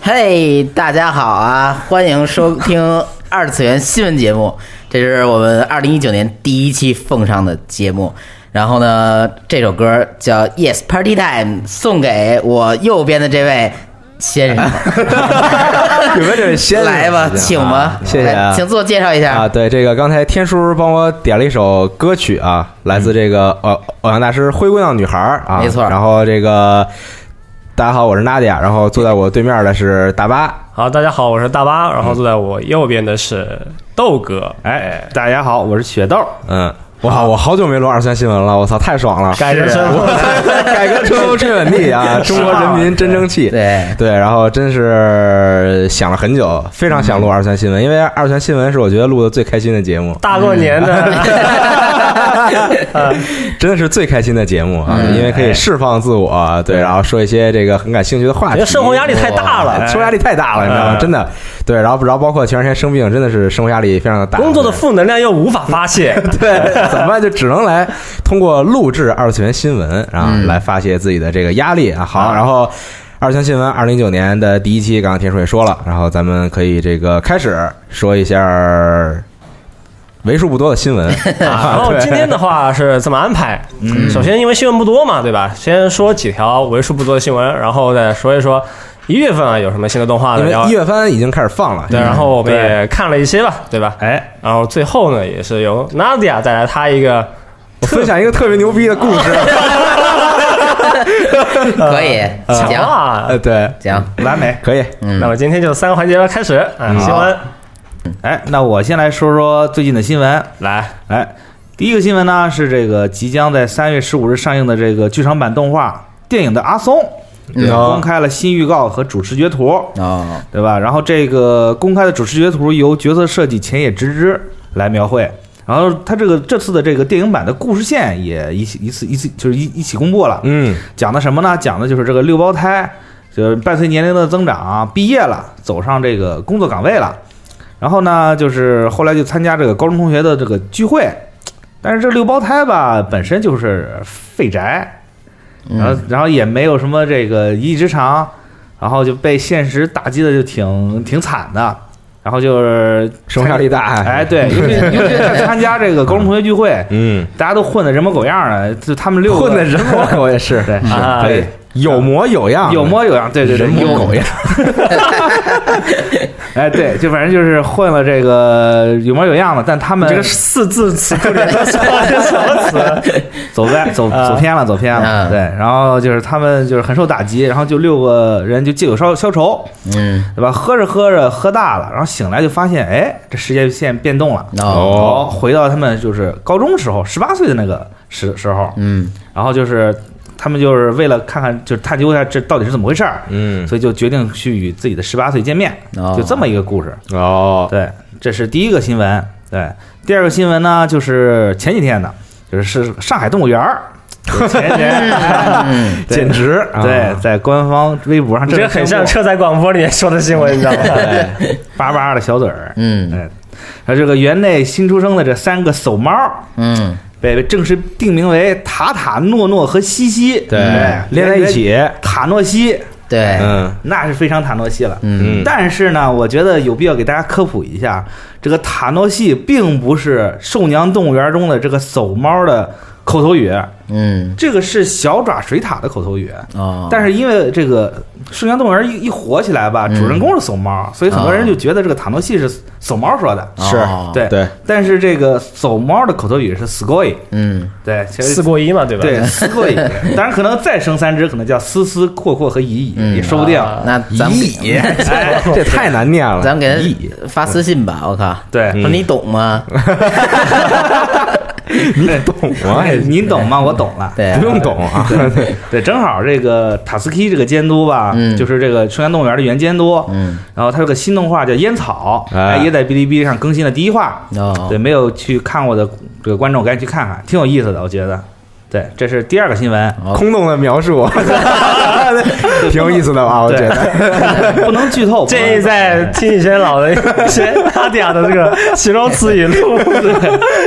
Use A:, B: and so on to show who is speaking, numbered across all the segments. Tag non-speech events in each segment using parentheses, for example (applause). A: 嘿、大家好啊！欢迎收听二次元新闻节目，这是我们二零一九年第一期奉上的节目。然后呢，这首歌叫《Yes Party Time》，送给我右边的这位先生。
B: (laughs) 有没有这位先生
A: 来吧，请吧
B: 啊，谢谢啊
A: 来请自我介绍一下。
B: 啊，对，这个刚才天叔帮我点了一首歌曲啊，来自这个偶偶像大师灰姑娘女孩儿啊，
A: 嗯没错
B: 然后这个大家好，我是娜迪亚，然后坐在我对面的是大巴。
C: 好，大家好，我是大
D: 嗯
C: 巴，然后坐在我右边的是豆哥，哎，
D: 大家好，我是雪豆，
B: 嗯，哇，我好久没录二次元新闻了，我操，太爽
A: (laughs)
B: 了！
C: 改人生
D: (laughs)
C: 活，
B: 改革春风吹满地啊，中国人民真争气。
A: 对
B: 对，然后真是想了很久，非常想录二次元新闻，因为二次元新闻是我觉得录的最开心的节目。
C: 大过年的，
D: 哎
B: 真的是最开心的节目啊，
C: 嗯
B: 因为可以释放自我，对，然后说一些这个很感兴趣的话题。哎
C: 觉得哎生活压力太大了
D: 哎
B: 哇生活压力太大了，你知道吗？
C: 嗯
B: 真的，对，然后然后包括前段时间生病，真的是生活压力非常的大。
C: 工作的负能量又无法发泄，
B: (laughs) 对，怎么办？就只能来通过录制二次元新闻啊，
C: 嗯
B: 来发泄自己的这个压力啊。好，然后。二次元新闻二零一九年的第一期，刚刚天叔也说了，然后咱们可以这个开始说一下为数不多的新
C: (laughs)
B: 闻。
C: 啊
D: 哎 (laughs)
C: 然
B: (laughs)
C: 后今天的话是这么安排？
D: 嗯
C: 首先，因为新闻不多嘛，对吧？先说几条为数不多的新闻，然后再说一说一月份啊有什么新的动画
B: 因
C: 呢？
B: 为
C: 要
B: 一月番已经开始放了，
C: 对，然后我们也看了一些吧，对吧？
D: 哎，
C: 然后最后呢，也是由 Nadia 带来她一个
B: (laughs) 我分享一个特别牛逼的故事。
A: 可以，
C: 强
A: 讲
C: 啊。
B: (laughs) 呃，对，
A: 讲。
D: 完美。
B: 可以，
A: 嗯
C: 那么今天就三个环节开始啊，新闻
D: 哎，那我先来说说最近的新闻。
C: 来，
D: 哎，第一个新闻呢是这个即将在三月十五日上映的这个剧场版动画电影的《阿松》
B: 嗯
D: 公开了新预告和主视觉图，
A: 哦，
D: 对吧？然后这个公开的主视觉图由角色设计前野直之来描绘。然后他这个这次的这个电影版的故事线也一起一次一次就是一一起公布了，
B: 嗯，
D: 讲的什么呢？讲的就是这个六胞胎，就是伴随年龄的增长啊，毕业了，走上这个工作岗位了。然后呢，就是后来就参加这个高中同学的这个聚会，但是这六胞胎吧，本身就是废宅，
B: 嗯
D: 然后然后也没有什么这个一技之长，然后就被现实打击的就挺挺惨的。然后就是
B: 生活压力大，啊
D: 哎，，对，尤其尤其在参加这个高中同学聚会，
B: 嗯，
D: 大家都混的人模狗样的，就他们六个
B: 混的人模，我也是， (laughs)
D: 对哎
B: 是
C: 啊
B: 可以有模有样，
D: 有模有样，对对对，
B: 人模
D: 有
B: 狗样，
D: 哎，对，就反正就是混了这个有模有样的，但他们
C: 这个四字词库里的什么词？
D: (laughs) 走歪走
C: 啊
D: 走偏了，走偏
A: 啊
D: 了，对，然后就是他们就是很受打击，然后就六个人就借酒消消愁，
A: 嗯，
D: 对吧？喝着喝着喝大了，然后醒来就发现，哎，这世界线变动了，
A: 哦，
B: 哦，
D: 回到他们就是高中时候十八岁的那个时时候，
A: 嗯，
D: 然后就是他们就是为了看看，就是探究一下这到底是怎么回事儿，
B: 嗯，
D: 所以就决定去与自己的十八岁见面，
A: 哦
D: 就这么一个故事。
B: 哦，
D: 对，这是第一个新闻。对，第二个新闻呢，就是前几天的，就是是上海动物园儿，就是前几天，
A: 嗯，
D: 对
B: 简直，
D: 对
B: 啊，
D: 在官方微博上
C: 你
D: 正
C: 这
D: 式
C: 个很
D: 宣
C: 像
D: 布
C: 车载广播里面说的新闻，你知道吗？
D: 巴巴的小嘴儿，
A: 嗯，
D: 哎，那这个园内新出生的这三个叟猫儿
A: 嗯，
D: 被正式定名为塔塔、诺诺和西西，
B: 对
D: 哎，
B: 连在一，起，
D: 塔诺西，
A: 对，
B: 嗯
D: 那是非常塔诺西了，
A: 嗯
B: 嗯，
D: 但是呢，我觉得有必要给大家科普一下，这个塔诺系并不是寿娘动物园中的这个叟猫的口头语，
A: 嗯，
D: 这个是小爪水獭的口头语。
A: 哦，
D: 但是因为这个寿娘动物园一一火起来吧，
A: 嗯
D: 主人公是叟猫，所以很多人就觉得这个塔诺系是叟猫说的。
A: 哦
B: 是
D: 对
B: 对，
D: 但是这个叟猫的口头语是 scoy，
A: 嗯，
D: 对，其实
C: 四过一嘛，对吧？
D: 对 scoy，当然可能再生三只，可能叫思思、阔阔和乙乙，
A: 嗯
D: 也说不定。
C: 啊
A: 那咱们
B: 乙乙哎这太难念了，
A: 咱们给
B: 乙
A: 他发私信
C: 嗯
A: 吧，我靠，
D: 对
A: 说你懂
C: (laughs)
A: 吗？
B: 你懂吗？
D: 哎您懂吗？我懂了。
A: 对，
B: 不用懂啊， (laughs)
D: 对，正好这个塔斯基这个监督吧，
A: 嗯
D: 就是这个中央动物园的原监督，
A: 嗯，
D: 然后他这个新动画叫《烟草》，
B: 哎
D: 哎，也在哔哩哔哩上更新了第一话。
A: 哦
D: 对，没有去看过的这个观众赶紧去看看，挺有意思的，我觉得。对，这是第二个新闻，
B: 空洞的描述，挺有意思的啊，我觉
D: 对
B: 得。，
D: (laughs) 不能剧透。不能
C: 建议在听一些老的一些阿迪亚的这个形容词语录，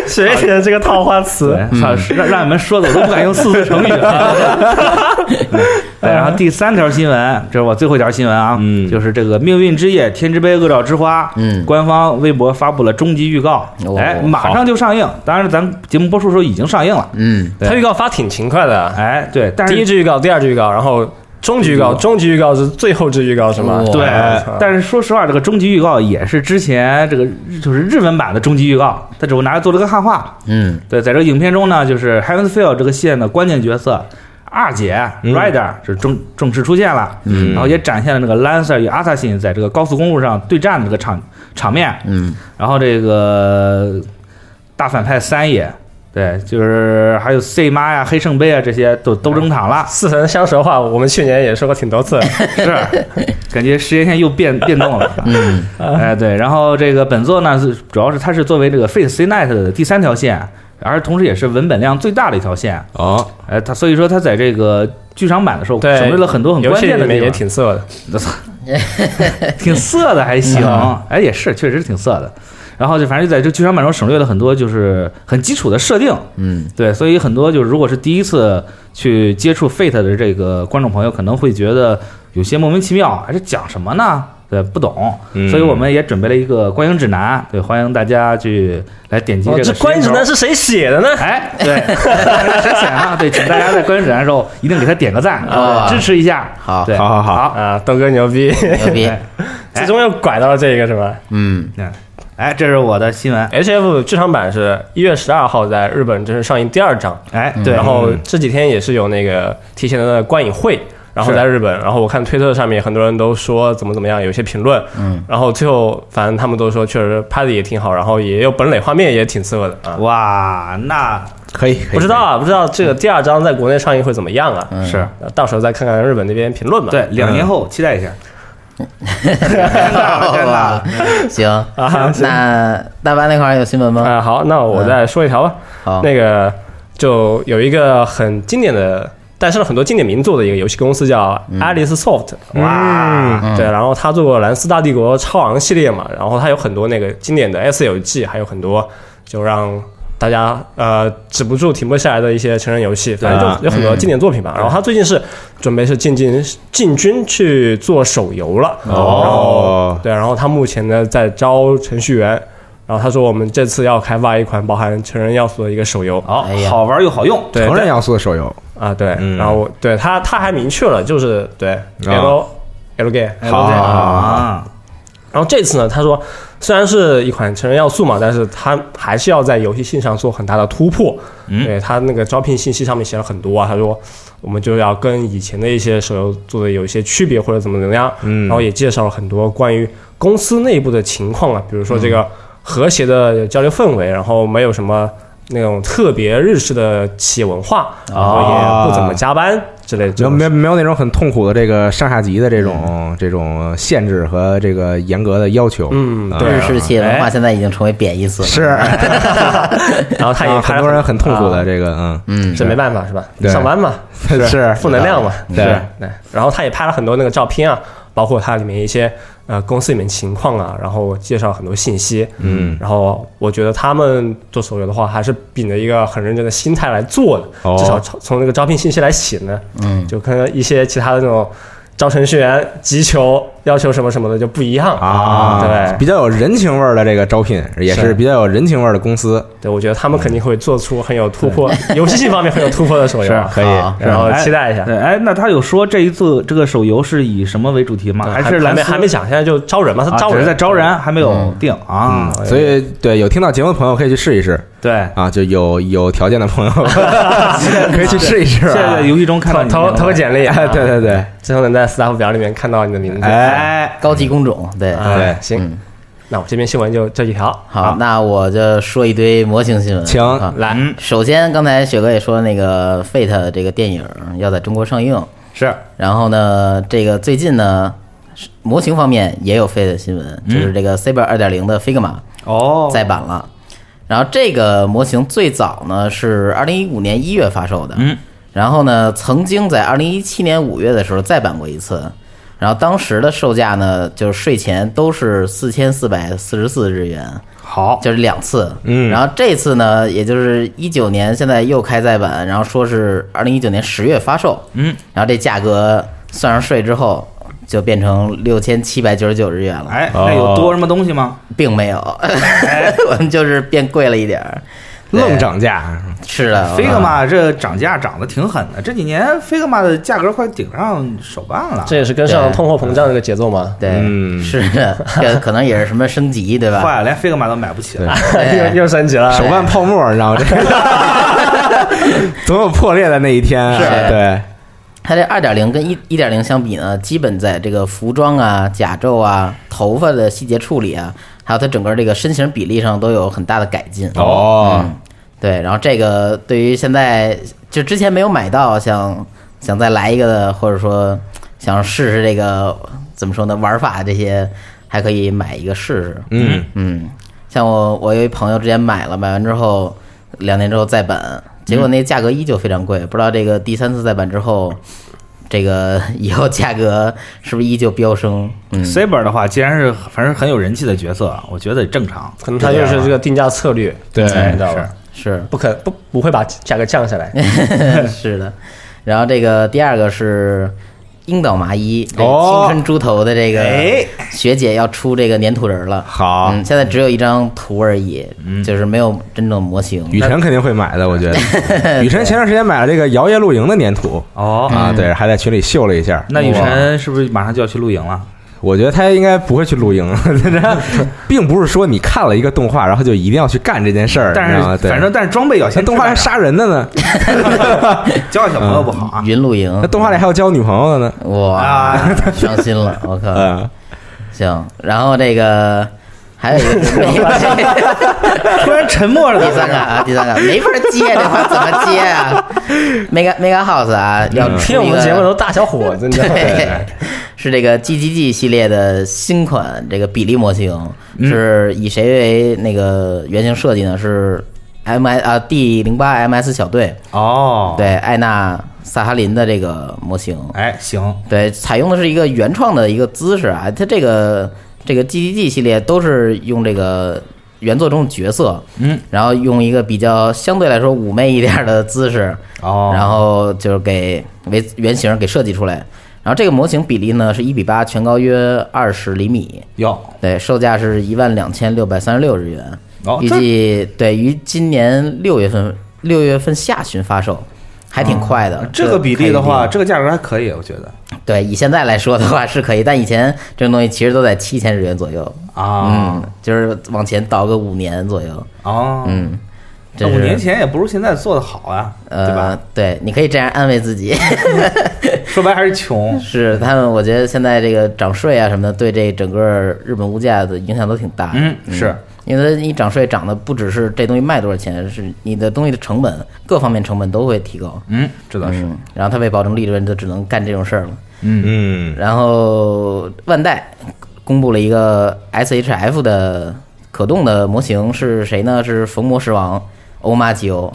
C: 学一点这个套话词。
D: 对，操啊让让你们说的我都不敢用四字成语了。对，然后第三条新闻，这是我最后一条新闻啊，
B: 嗯
D: 就是这个《命运之夜》《天之杯》《恶兆之花》，
A: 嗯
D: 官方微博发布了终极预告，
A: 哦
D: 哎，
A: 好
D: 马上就上映。当然，咱们节目播出的时候已经上映了。
A: 嗯，
D: 对
C: 他预告发挺勤快的啊，
D: 哎，对，但是
C: 第一支预告，第二支预告，然后终极预告，终极预告是最后支预告是吗？
A: 哇
D: 对
C: 哎，
D: 但是说实话，这个终极预告也是之前这个日就是日文版的终极预告，它只不过拿来做了个汉化。
A: 嗯，
D: 对，在这个影片中呢，就是 Heavensfield 这个线的关键角色二姐
B: 嗯
D: Rider 是正正式出现了，嗯，然后也展现了那个 Lancer 与 Assassin 在这个高速公路上对战的这个场场面，
A: 嗯，
D: 然后这个大反派三野，对，就是还有 C 妈呀、黑圣杯啊这些都都登场 (laughs) 了，
C: 似曾相识的话，我们去年也说过挺多次。
D: 是，感觉时间线又变变动了。嗯， (laughs) 哎对，然后这个本作呢，是主要是它是作为这个 Fate C Night 的第三条线，而同时也是文本量最大的一条线。
B: 哦，
D: 哎，它所以说它在这个剧场版的时候
C: 对，
D: 省略了很多很
C: 游
D: 关
C: 戏
D: 键
C: 里
D: 的
C: 面
D: 地
C: 也
D: 方，
C: 挺色的。
D: 挺色的还行。
C: 嗯
D: (laughs) 哎，也是，确实挺色的。然后就反正就在这个剧场版中省略了很多就是很基础的设定，
C: (laughs)
A: 嗯，
D: 对，所以很多就是如果是第一次去接触 Fate 的这个观众朋友，可能会觉得有些莫名其妙，哎，这讲什么呢？对，不懂，
B: 嗯
D: 所以我们也准备了一个观影指南，对，欢迎大家去来点击
C: 哦
D: 这个
C: 这
D: 时间轴。
C: 关指南是谁写的呢？ (laughs)
D: 哎，对， (laughs) 很显啊，对，请大家在观影指南的时候一定给他点个赞，
A: 啊
D: 支持一下。
A: 好
D: 对，
B: 好好好
D: 好，
C: 啊，豆哥牛逼！
A: 牛逼，
D: 哎
C: 最终又拐到了这个是吧
A: 嗯，
D: 哎，这是我的新闻。
C: ？H F 剧场版是一月十二号在日本正式上映第二章，
D: 哎，对，
C: 然后这几天也是有那个提前的观影会，然后在日本，然后我看推特上面很多人都说怎么怎么样，有一些评论，嗯，然后最后反正他们都说确实拍的也挺好，然后也有本垒画面也挺色的啊，
D: 哇，那
B: 可以，可以
C: 不知道啊，不知道这个第二章在国内上映会怎么样啊？
D: 是
C: 呃到时候再看看日本那边评论吧。
D: 对，两年后期待一下。真的，真的。
A: (laughs) 行
C: 啊，
A: 那大巴那块儿有新闻吗？
C: 啊，好，那我再说一条吧。
A: 好，
C: 那个就有一个很经典的，诞生了很多经典名作的一个游戏公司叫 Alice Soft，、哇，对，然后他做过《蓝斯大帝国》超昂系列嘛，然后他有很多那个经典的 S 游记，还有很多就让。大家呃止不住停不下来的一些成人游戏，反正就有很多经典作品吧。然后他最近是准备是进进进军去做手游了，
B: 哦
C: 啊对，然后他目前呢在招程序员，然后他说我们这次要开发一款包含成人要素的一个手游，啊
D: 好
A: 哎呀，
D: 好玩又好用。
C: 对
B: 成人要素的手游，
C: 啊对，
B: 嗯
C: 然后我对他他还明确了就是对
B: 啊
C: L L g a
B: 好好好好好
D: 啊，
C: 然后这次呢他说虽然是一款成人要素嘛，但是他还是要在游戏性上做很大的突破，
B: 嗯
C: 对他那个招聘信息上面写了很多啊，他说我们就要跟以前的一些手游做的有一些区别或者怎么怎么样，
B: 嗯
C: 然后也介绍了很多关于公司内部的情况啊，比如说这个和谐的交流氛围，然后没有什么那种特别日式的企业文化，然后也不怎么加班之类的这
B: 啊没
C: 种事。
B: 没没有那种很痛苦的这个上下级的这种这种限制和这个严格的要求。
C: 嗯
B: 啊
C: 对
A: 日式企业文化现在已经成为贬义词
C: 嗯
A: 了，
B: 是， (laughs)
C: 然后他也
B: 啊很
C: 拍了
B: 多人很痛苦的
C: 啊
B: 这个，嗯，
A: 嗯，
C: 这没办法是吧？
B: 对
C: 上班嘛，
B: 是
C: 负能量嘛，
B: 对
C: 是对。然后他也拍了很多那个照片啊，包括它里面一些呃公司里面情况啊，然后介绍很多信息。
B: 嗯
C: 然后我觉得他们做手游的话，还是秉着一个很认真的心态来做的，
B: 哦
C: 至少从从那个招聘信息来写呢，
A: 嗯，
C: 就跟一些其他的那种招程序员急求要求什么什么的就不一样
B: 啊，
C: 对
B: 比较有人情味儿的这个招聘，也是
C: 是
B: 比较有人情味儿的公司，
C: 对，我觉得他们肯定会做出很有突破，游戏性方面很有突破的手游啊，
A: 可以好
C: 然后
D: 哎
C: 期待一下。
D: 对，哎，那他有说这一次这个手游是以什么为主题吗？
C: 对
D: 是
C: 还
D: 蓝
C: 没
D: 斯
C: 还没讲，现在就招人嘛，他
D: 啊
C: 招
D: 只
C: 人
D: 是在招人，还没有定啊。
C: 哦
B: 所以
C: 哎
B: 对有听到节目的朋友可以去试一试
D: 对，
B: 啊，就有有条件的朋友 (laughs) 可以去试一试
D: 现在
B: 啊
D: 在。游戏中看到
C: 投
D: 你
C: 投
D: 名字
C: 投个简历，啊
B: 哎 (laughs) 对对对，
C: 最后能在 staff 表里面看到你的名字。
B: 哎，
A: 高级工种，对，
C: 啊
B: 对
C: 行，那我这边新闻就这几条。
A: 好，那我就说一堆模型新闻。
B: 请
A: 啊
C: 来，嗯
D: 嗯
A: 首先，刚才雪哥也说那个《Fate》这个电影要在中国上映，
D: 是
A: 然后呢，这个最近呢，是模型方面也有 Fate 的新闻，就是这个 Saber 二点零的 Figma
D: 嗯哦，
A: 再版了。然后这个模型最早呢是二零一五年一月发售的，
D: 嗯，
A: 然后呢曾经在二零一七年五月的时候再版过一次，然后当时的售价呢就是税前都是四千四百四十四日元，
D: 好，
A: 就是两次，
B: 嗯
A: 然后这次呢，也就是一九年，现在又开再版，然后说是二零一九年十月发售，
D: 嗯，
A: 然后这价格算上税之后，就变成六千七百九十九日元了，
D: 哎，那有多什么东
A: (laughs)
D: 西吗？
A: 并没有， (laughs) 我们就是变贵了一点儿，对
B: 愣涨价，
A: 是的，
D: Figma 这涨价涨得挺狠的，这几年 Figma 的价格快顶上手办了，
C: 这也是跟上
A: 对
C: 通货膨胀这个节奏嘛。
A: 对，
B: 嗯
A: 是的，这可能也是什么升级，对吧？
D: 坏了，连 Figma 都买不起了。
A: 啊对
C: (laughs) 又又升级了，哎
B: 手办泡沫，你知道吗？
A: (laughs)
B: 这个总有破裂的那一天，啊
A: 是
B: 对，
A: 它这二点零跟一一点零相比呢，基本在这个服装啊、甲胄啊、头发的细节处理啊，还有它整个这个身形比例上都有很大的改进。
B: 哦
A: 嗯，对，然后这个对于现在就之前没有买到，想想再来一个的，或者说想试试这个怎么说呢玩法这些，还可以买一个试试。
B: 嗯
A: 嗯，像我我有一朋友之前买了，买完之后两年之后再版，结果那价格依旧非常贵，不知道这个第三次再版之后，这个以后价格是不是依旧飙升？嗯，
D: Saber 的话，既然是反正很有人气的角色，我觉得也正常。
C: 可能它就是这个定价策略，
B: 对
C: 你知道吧
D: 是？
A: 是
C: 不可不不会把价格降下来，
A: (laughs) 是的。然后这个第二个是樱岛麻衣，这个
B: 哦
A: 青春猪头的这个
D: 哎
A: 学姐要出这个粘土人了。
B: 好
A: 嗯，现在只有一张图而已，就是没有真正模型。
B: 雨辰肯定会买的，我
A: (laughs)
B: 觉得。雨辰前段时间买了这个摇曳露营的粘土
D: 哦
A: 嗯
B: 啊，对，还在群里秀了一下。
D: 那雨
B: 哇，
D: 辰是不是马上就要去露营了？
B: 我觉得他应该不会去露营， (laughs) 并不是说你看了一个动画，然后就一定要去干这件事儿。
D: 但
B: 你知道吗
D: 是
B: 对啊
D: 反正但是装备要
B: 那
D: 先
B: 动画还杀人的
A: 嗯
B: 呢，
D: 教小朋友不好
A: (laughs)
D: 啊。
A: 云露营
B: 那，动画里还有交女朋友的呢。
A: 哇，伤心了，我靠！
B: 嗯，
A: 行，然后这个还有一个是没
D: 突然沉默了，
A: 第三个啊，第三个没法接，这话怎么接啊？Mega Mega House 啊，要出
C: 听我
A: 一
C: 们
A: 个
C: 节目都大小伙 (laughs) 子，你知道吗？
A: 对，是这个 G G G 系列的新款这个比例模型，是以谁为那个原型设计呢？是 M S 啊 D 零八 M S 小队
D: 哦，，
A: 对艾娜萨哈林的这个模型，
D: 哎，行，
A: 对，采用的是一个原创的一个姿势啊，它这个这个 G G G 系列都是用这个原作中的角色，
D: 嗯，
A: 然后用一个比较相对来说妩媚一点的姿势，
D: 哦，
A: 然后就是给为原型给设计出来。然后这个模型比例呢是一比八，全高约二十厘米，
D: 哟，
A: 对，售价是一万两千六百三十六日元，
D: 哦
A: 预计对于今年六月份六月份下旬发售，还挺快的。
D: 哦这个比例的
A: 可以
D: 话，
A: 定，
D: 这个价格还可以，我觉得
A: 对，以现在来说的话是可以，但以前这种东西其实都在七千日元左右，
D: 啊，
A: 嗯，就是往前倒个五年左右，
D: 哦，
A: 嗯，这
D: 那五
A: 是
D: 年前也不如现在做的好啊，对吧？
A: 呃，对，你可以这样安慰自己。
D: 说白还是穷，
A: 是他们，我觉得现在这个涨税啊什么的，对这整个日本物价的影响都挺大的。
D: 嗯是
A: 因为你涨税涨的不只是这东西卖多少钱，是你的东西的成本，各方面成本都会提高。
D: 嗯，这倒是，
A: 嗯，然后他为保证利润，就只能干这种事儿了。
B: 嗯，
A: 然后万代公布了一个 SHF 的可动的模型是谁呢？是逢魔狮王欧玛吉欧，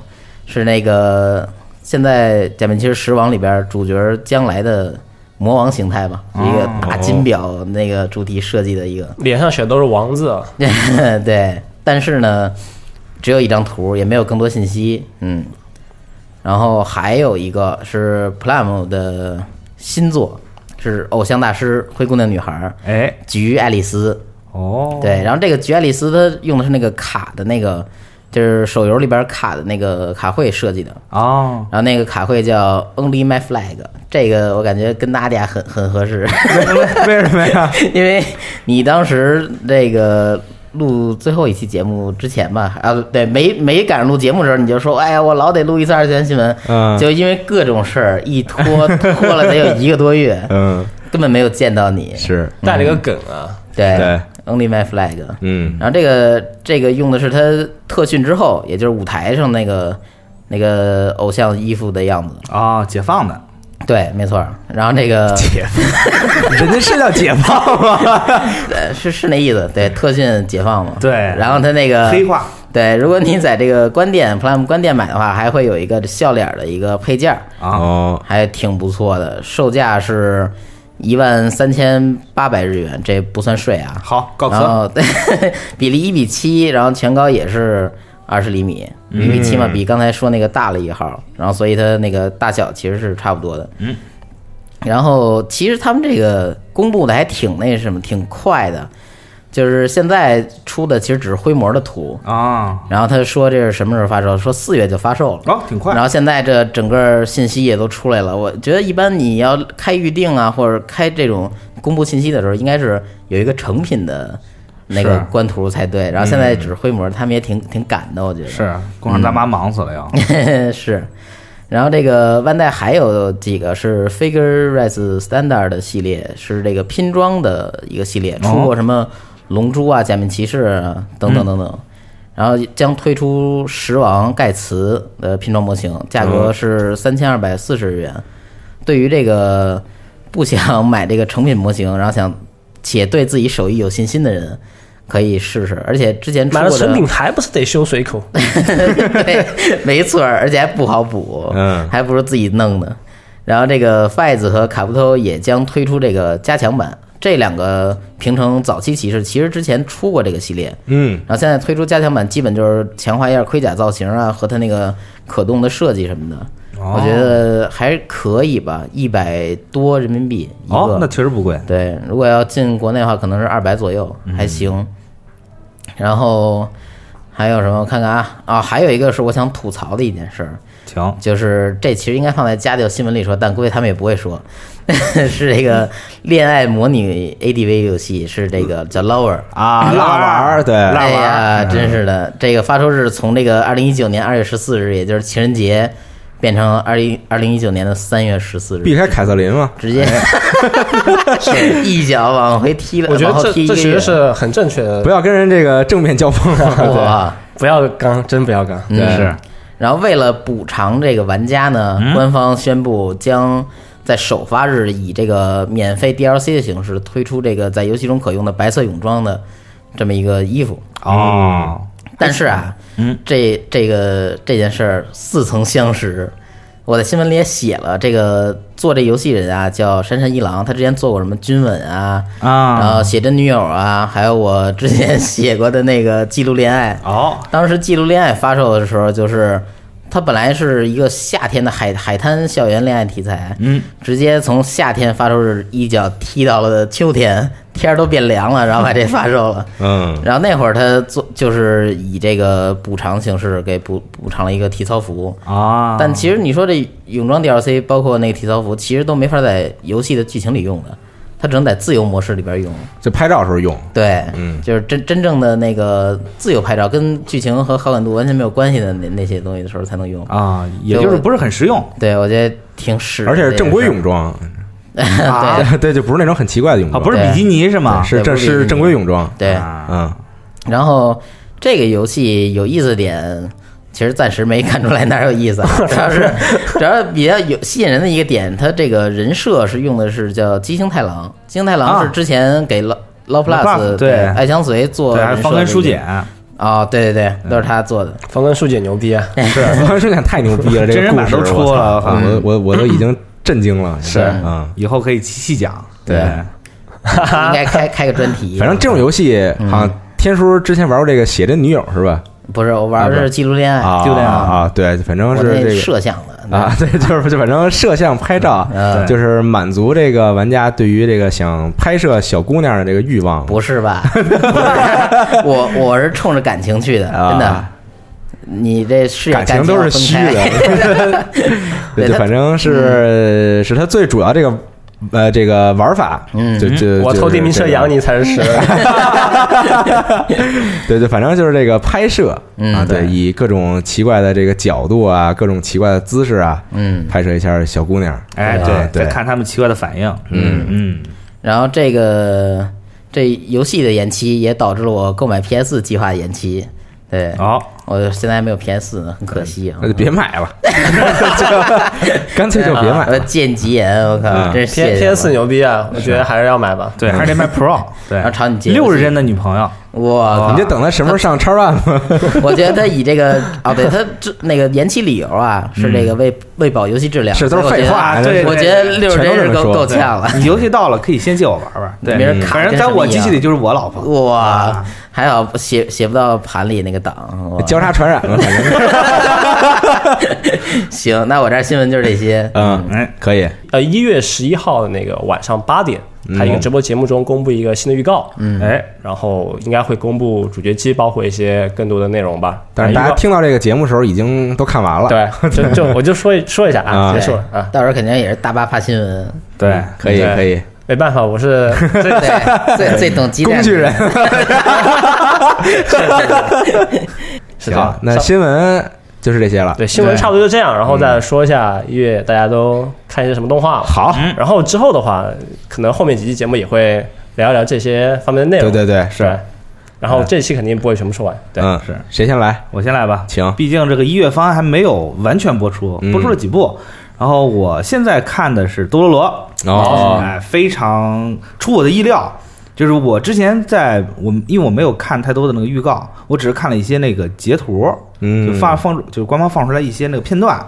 A: 是那个现在假面骑士狮王里边主角将来的魔王形态吧，一个大金表那个主题设计的一个，
C: 脸上写的都是王字，
A: (laughs) 对，但是呢，只有一张图，也没有更多信息，嗯。然后还有一个是 Plum 的新作，是《偶像大师灰姑娘女孩》
D: 哎，
A: 菊爱丽丝，
D: 哦，
A: 对，然后这个菊爱丽丝她用的是那个卡的那个，就是手游里边卡的那个卡绘设计的，
D: 哦，
A: 然后那个卡绘叫 Only My Flag，这个我感觉跟娜迪亚很很合适，
B: 为什么 (laughs) 呀？
A: (laughs) 因为你当时这个录最后一期节目之前吧，啊，对，没没赶上录节目的时候，你就说，哎呀，我老得录一次二次元新闻，
B: 嗯
A: 就因为各种事儿一拖拖了得有一个多月，
B: (laughs) 嗯，
A: 根本没有见到你，
B: 是，
C: 带了一个梗啊，
A: 对
B: 对
A: o n l y My Flag，
B: 嗯
A: 然后这个这个用的是他特训之后，也就是舞台上那个那个偶像衣服的样子，
D: 啊，解放的，
A: 对，没错儿。然后这个
B: 解放，人家是叫解放吗？
A: 呃是是那意思，对，特训解放嘛。
D: 对
A: 然后他那个
D: 黑化，
A: 对，如果你在这个关店 Plum 关店买的话，还会有一个笑脸的一个配件儿，
D: 啊，
B: 哦，
A: 还挺不错的，售价是一万三千八百日元，这不算税啊。
D: 好，告辞
A: 然。后 (laughs) 比例一比七，然后全高也是二十厘米，一比七嘛，比刚才说那个大了一号，然后所以它那个大小其实是差不多的。嗯。然后其实他们这个公布的还挺那什么，挺快的，就是现在出的其实只是灰模的图，
D: 啊，
A: 然后他说这是什么时候发售？说四月就发售了。
D: 哦，挺快
A: 然。后现在这整个信息也都出来了，我觉得一般你要开预定啊，或者开这种公布信息的时候，应该是有一个成品的那个
D: 是
A: 官图才对。然后现在只是灰模，他们也挺挺赶的，我觉得
D: 是工厂大妈忙死了要。
A: 是 (laughs) 是。然后这个万代还有几个是 Figure Rise Standard 的系列，是这个拼装的一个系
C: 哦
A: 列，出过什么龙珠啊、假面骑士啊等
C: 嗯
A: 等等等。然后将推出十王盖茨的拼装模型，价
C: 哦
A: 格是三千二百四十日元。对于这个不想 (laughs) 买这个成品模型，然后想且对自己手艺有信心的人，可以试试。而且之前出
C: 买
A: 过的
C: 了成品还不是得修水 (laughs) 口？
A: (laughs) 对，没错儿，而且还不好补，
B: 嗯
A: 还不如自己弄呢。然后这个 Fize 和卡布托也将推出这个加强版，这两个平成早期骑士其实之前出过这个系列，
B: 嗯，
A: 然后现在推出加强版，基本就是强化一下盔甲造型啊和它那个可动的设计什么的。
D: 哦
A: 我觉得还可以吧，一百多人民币一个。
D: 哦，那确实不贵。
A: 对，如果要进国内的话，可能是二百左右，还行。然后还有什么？我看看啊啊，还有一个是我想吐槽的一件事儿，
D: 行，
A: 就是这其实应该放在家教新闻里说，但估计他们也不会说。 (laughs) 是这个恋爱模拟 ADV 游戏，是这个叫 Lower
B: 啊，辣玩儿，对，
A: 哎呀，真是的，这个发售日从这个二零一九年二月十四日，也就是情人节，变成二零二零一九年的三月十四日，
B: 避开凯瑟琳嘛，
A: 直接 (laughs) 是一脚往回踢了，
C: 我觉
A: 往
C: 得
A: 后
C: 这
A: 踢一
C: 这
A: 个
C: 其
A: 月
C: 实是很正确的
B: 不，要跟人这个正面交锋啊，
A: 哇，
C: 不要刚，真不要刚。
A: 嗯
D: 是。
A: 然后为了补偿这个玩家呢，
C: 嗯
A: 官方宣布将在首发日以这个免费 DLC 的形式推出这个在游戏中可用的白色泳装的这么一个衣服。
D: 哦，
A: 但是啊，嗯，这这个这件事儿似曾相识。我在新闻里也写了，这个做这游戏人啊叫山山一郎，他之前做过什么军吻啊，
D: 啊
A: 然后写真女友啊，还有我之前写过的那个记录恋爱。
D: 哦，
A: 当时记录恋爱发售的时候，就是它本来是一个夏天的海海滩校园恋爱题材，嗯，直接从夏天发售日一脚踢到了秋天，天儿都变凉了，然后把这发售了。
B: 嗯，
A: 然后那会儿他做就是以这个补偿形式给补补偿了一个体操服，
D: 啊，
A: 但其实你说这泳装 DLC 包括那个体操服，其实都没法在游戏的剧情里用的，它只能在自由模式里边用。
B: 就拍照时候用，
A: 对，
B: 嗯
A: 就是真真正的那个自由拍照，跟剧情和好感度完全没有关系的那那些东西的时候才能用。
D: 啊，也就是不是很实用。
A: 对，我觉得挺屎，
B: 而且是正规泳
A: 装，
B: 装，
A: (laughs)
B: 啊
A: 对
B: 对，就不是那种很奇怪的泳
D: 啊，
B: 装，
D: 不是比基尼是吗？
B: 是这
A: 对不是
B: 是正规泳装，
A: 对。
D: 啊
B: 嗯，
A: 然后这个游戏有意思的点，其实暂时没看出来哪儿有意
B: (laughs)
A: 思啊，主要是主要比较有吸引人的一个点，它这个人设是用的是叫吉星太郎，吉星太郎
D: 啊
A: 是之前给 Lo Lo
D: Plus，
A: Plus
D: 对
A: 爱香随做
D: 对，还
A: 人设
D: 是方根
A: 的
D: 书
A: 一个
D: 简，
A: 哦，对对
B: 嗯
A: 对，都是他做
B: (laughs)
A: 的。
C: 方根书姐牛逼啊！
B: 是方顺太牛逼了，这个
D: 真人版
B: 故事
D: 都出
B: 我操
D: 了
B: 啊我我我都已经震惊了，是嗯。
D: 以后可以细讲。
B: 对
A: 应该开开个专题。
B: 反正这种游戏，好像天叔之前玩过这个写真女友是吧？
A: 不是我玩的是记录恋爱，
B: 啊
D: 就这样
B: 啊，对，反正
A: 我
B: 是
A: 那
B: 这
A: 摄像的
B: 个 (laughs) 啊，对，就是就反正摄像拍照，
A: 嗯
B: 就是满足这个玩家对于这个想拍摄小姑娘的这个欲望。
A: 不是
B: (laughs)
A: 吧？不是我我是冲着感情去的，
B: 啊
A: 真的。你这视野
B: 感情都是虚
A: 感情要分开 (laughs)
B: 的，
A: 对
B: 对，就
A: 他
B: 反正是是他最主要这个呃这个玩法，
A: 嗯
B: 就就
C: 我投地名车养，
B: 就
C: 你才是十。
B: 是 (laughs) 这个对，就反正就是这个拍摄
A: 嗯
B: 啊，对，
A: 对
B: 以各种奇怪的这个角度啊，各种奇怪的姿势啊，
A: 嗯
B: 拍摄一下小姑娘，
D: 哎，
B: 啊
D: 对，
B: 对
D: 再看他们奇怪的反应。
B: 嗯
D: 嗯，
A: 然后这个这游戏的延期也导致了我购买 PS 计划延期。对，
B: 哦
D: 好，
A: 我现在还没有 PS 呢，很可惜啊。
B: 那就别买了， (laughs) 就 (laughs) 干脆就别
A: (laughs)
B: 买
A: 呃
B: 了。
A: 见吉言，我靠，
B: 嗯
A: 真是
C: P
A: 谢谢
C: P S 牛逼啊！我觉得还是要买吧。
D: 对，还是得卖 Pro，对，
A: 然后朝你借游戏
D: 六十帧的女朋友
A: 我啊
B: 你就等他什么时候上叉 one 吧。
A: 我觉得他以这个哦，对他这那个延期理由
B: (laughs)
A: 啊，是这个为为保游戏质量，
B: 嗯是都是
A: 所以我觉得
B: 废话
D: 对
A: 我觉得六
B: 全都
A: 真
B: 这
A: 是
B: 么
A: 够
B: 说
A: 够
D: 对
A: 呛了。
D: 你游戏到了可以先借我玩玩，对
A: 没人，卡
D: 反正在我机器里就是我老婆。
A: 哇
D: 啊，
A: 还好写写不到盘里那个档。
B: (laughs)
A: 哇
B: 哦交叉传染了，反正
A: 行，那我这儿新闻就是这些。
B: 嗯，哎，可以，
C: 呃，一月十一号的那个晚上八点，
B: 嗯
C: 他一个直播节目中公布一个新的预告，嗯，
D: 哎，
C: 然后应该会公布主角机，包括一些更多的内容吧。
B: 但是
C: 啊
B: 大
C: 预
B: 家
C: 告
B: 听到这个节目的时候已经都看完了，，
C: 对，就就我就说一说一下啊，
B: 啊
C: 结
A: 对
C: 束了啊，
A: 到时候肯定也是大巴发新闻，
D: 对，
B: 嗯可以，
C: 对
B: 可以，
C: 没办法，我是
B: (laughs)
C: 这
A: 对，最最懂基站
B: 工
A: (laughs)
B: 具人，
C: 是这样
B: 行，。那新闻就是这些了，
C: 对，新闻差不多就这样，然后再说一下一月大家都看一些什么动画吧。
B: 嗯
C: 嗯
B: 好，
C: 然后之后的话，可能后面几期节目也会聊一聊这些方面的内
B: 对
C: 容。
B: 对对，
C: 是。然后这期肯定不会全部说完，对，
B: 嗯，
D: 是
B: 谁先来？
D: 我先来吧，
B: 请
D: 毕竟这个一月方案还没有完全播出，
B: 嗯
D: 播出了几部。然后我现在看的是《多罗罗》，
B: 哦
D: 哎，非常出我的意料。就是我之前在我因为我没有看太多的那个预告，我只是看了一些那个截图，
B: 嗯
D: 就发放就是官方放出来一些那个片段，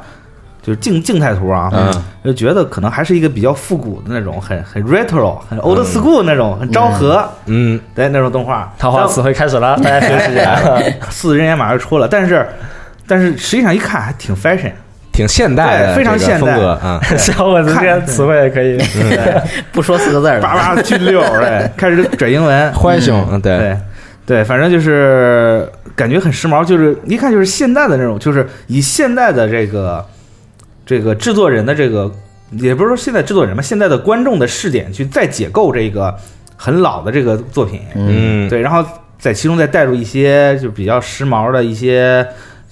D: 就是静静态图啊，
B: 嗯，
D: 就觉得可能还是一个比较复古的那种，很很 retro、很 old school 那种，很昭和
B: 嗯，
D: 的那种动画。
C: 桃花
D: 但
C: 词汇开始
B: (laughs)
C: 了，大家学习一下。
D: (laughs) 四人也马上出了，但是但是实际上一看还挺 fashion，
B: 挺现代的，
D: 对非常
B: 这个
D: 现代
B: 风格啊，
C: (laughs) 小伙子这些词汇可以，
B: 嗯
C: (laughs)
A: 不说四个字儿
D: 叭
A: 了。
D: 叭去溜儿，对，开始转英文，
B: 欢熊，嗯， (laughs) 对，
D: 对对，反正就是感觉很时髦，就是一看就是现代的那种，就是以现代的这个这个制作人的这个，也不是说现在制作人吧，现在的观众的视点去再解构这个很老的这个作品，
B: 嗯，
D: 对，然后在其中再带入一些就比较时髦的一些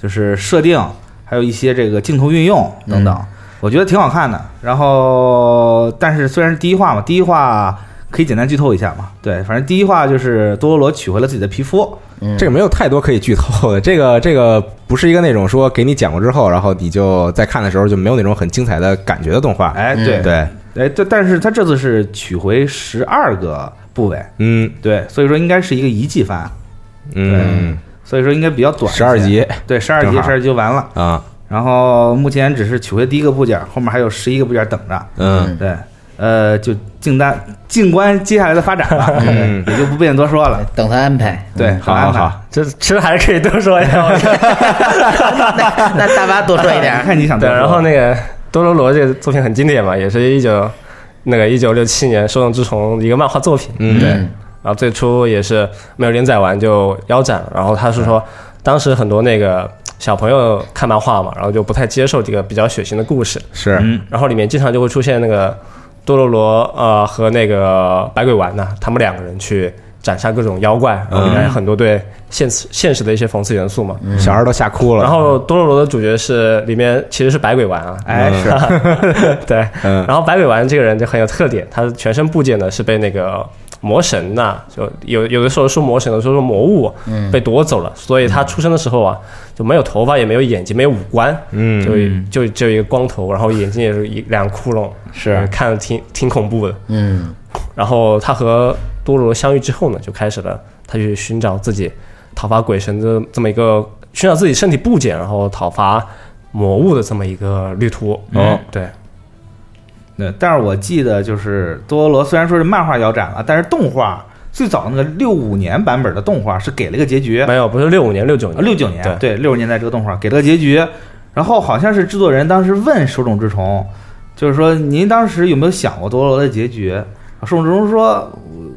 D: 就是设定，还有一些这个镜头运用等
B: 嗯
D: 等，我觉得挺好看的。然后，但是虽然是第一话嘛，第一话可以简单剧透一下嘛，对，反正第一话就是多罗罗取回了自己的皮肤，
B: 这个没有太多可以剧透的，这个这个不是一个那种说给你讲过之后，然后你就在看的时候就没有那种很精彩的感觉的动画，
D: 哎，
A: 嗯
D: 对，
B: 啊对，
D: 哎，对，但是他这次是取回十二个部位，
B: 嗯
D: 对，所以说应该是一个一季番，
B: 嗯，
D: 所以说应该比较短，
B: 十二，集
D: 对，十二集，
B: 正好
D: 十二集就完了。
B: 啊，
D: 然后目前只是取回第一个部件，后面还有十一个部件等着。
B: 嗯，
D: 对，呃，就静待静观接下来的发展吧，
B: 嗯
D: 也就不便多说了。
A: 等他安排。嗯
D: 对，
B: 好
D: 安
B: 好
D: 排
B: 好，
C: 啊这其实还是可以多说一下。我觉得
A: 那大巴多说一点
D: 你
A: 儿。
D: (laughs) 看你想多
C: 对，
D: 说
C: 然后那个《多罗罗》这个作品很经典嘛，也是一九那个一九六七年《手冢治虫》的一个漫画作品。
B: 嗯
C: 对。然后最初也是没有连载完就腰斩了，然后他是
D: 嗯
C: 说，当时很多那个小朋友看漫画嘛，然后就不太接受这个比较血腥的故事，
B: 是，
D: 嗯，
C: 然后里面经常就会出现那个多罗罗呃和那个百鬼丸呐、他们两个人去斩杀各种妖怪，然
D: 嗯
C: 后里面有很多对现实现实的一些讽刺元素嘛。
B: 小孩儿都吓哭了，
C: 然后多罗罗的主角是里面其实是百鬼丸啊，
D: 哎是，
C: (laughs) 对，
B: 嗯
C: 然后百鬼丸这个人就很有特点，他全身部件呢是被那个魔神呐、就有有的时候说魔神，有的时候说魔物，被夺走了，所以他出生的时候啊，就没有头发，也没有眼睛，没有五官，
B: 嗯
C: 就就只有一个光头，然后眼睛也是一两个窟窿，呃
D: 是
C: 看着挺挺恐怖的。
A: 嗯
C: 然后他和多罗相遇之后呢，就开始了他去寻找自己讨伐鬼神的这么一个寻找自己身体部件，然后讨伐魔物的这么一个旅途。
D: 嗯
B: 哦，
C: 对，
D: 对，但是我记得就是多罗虽然说是漫画腰斩了，但是动画最早那个六五年版本的动画是给了一个结局，
C: 没有，不是六五年、六九年、
D: 哦六九年
C: 对，
D: 对六十年代这个动画给了个结局，然后好像是制作人当时问手冢治虫，就是说您当时有没有想过多罗的结局？手冢治虫说，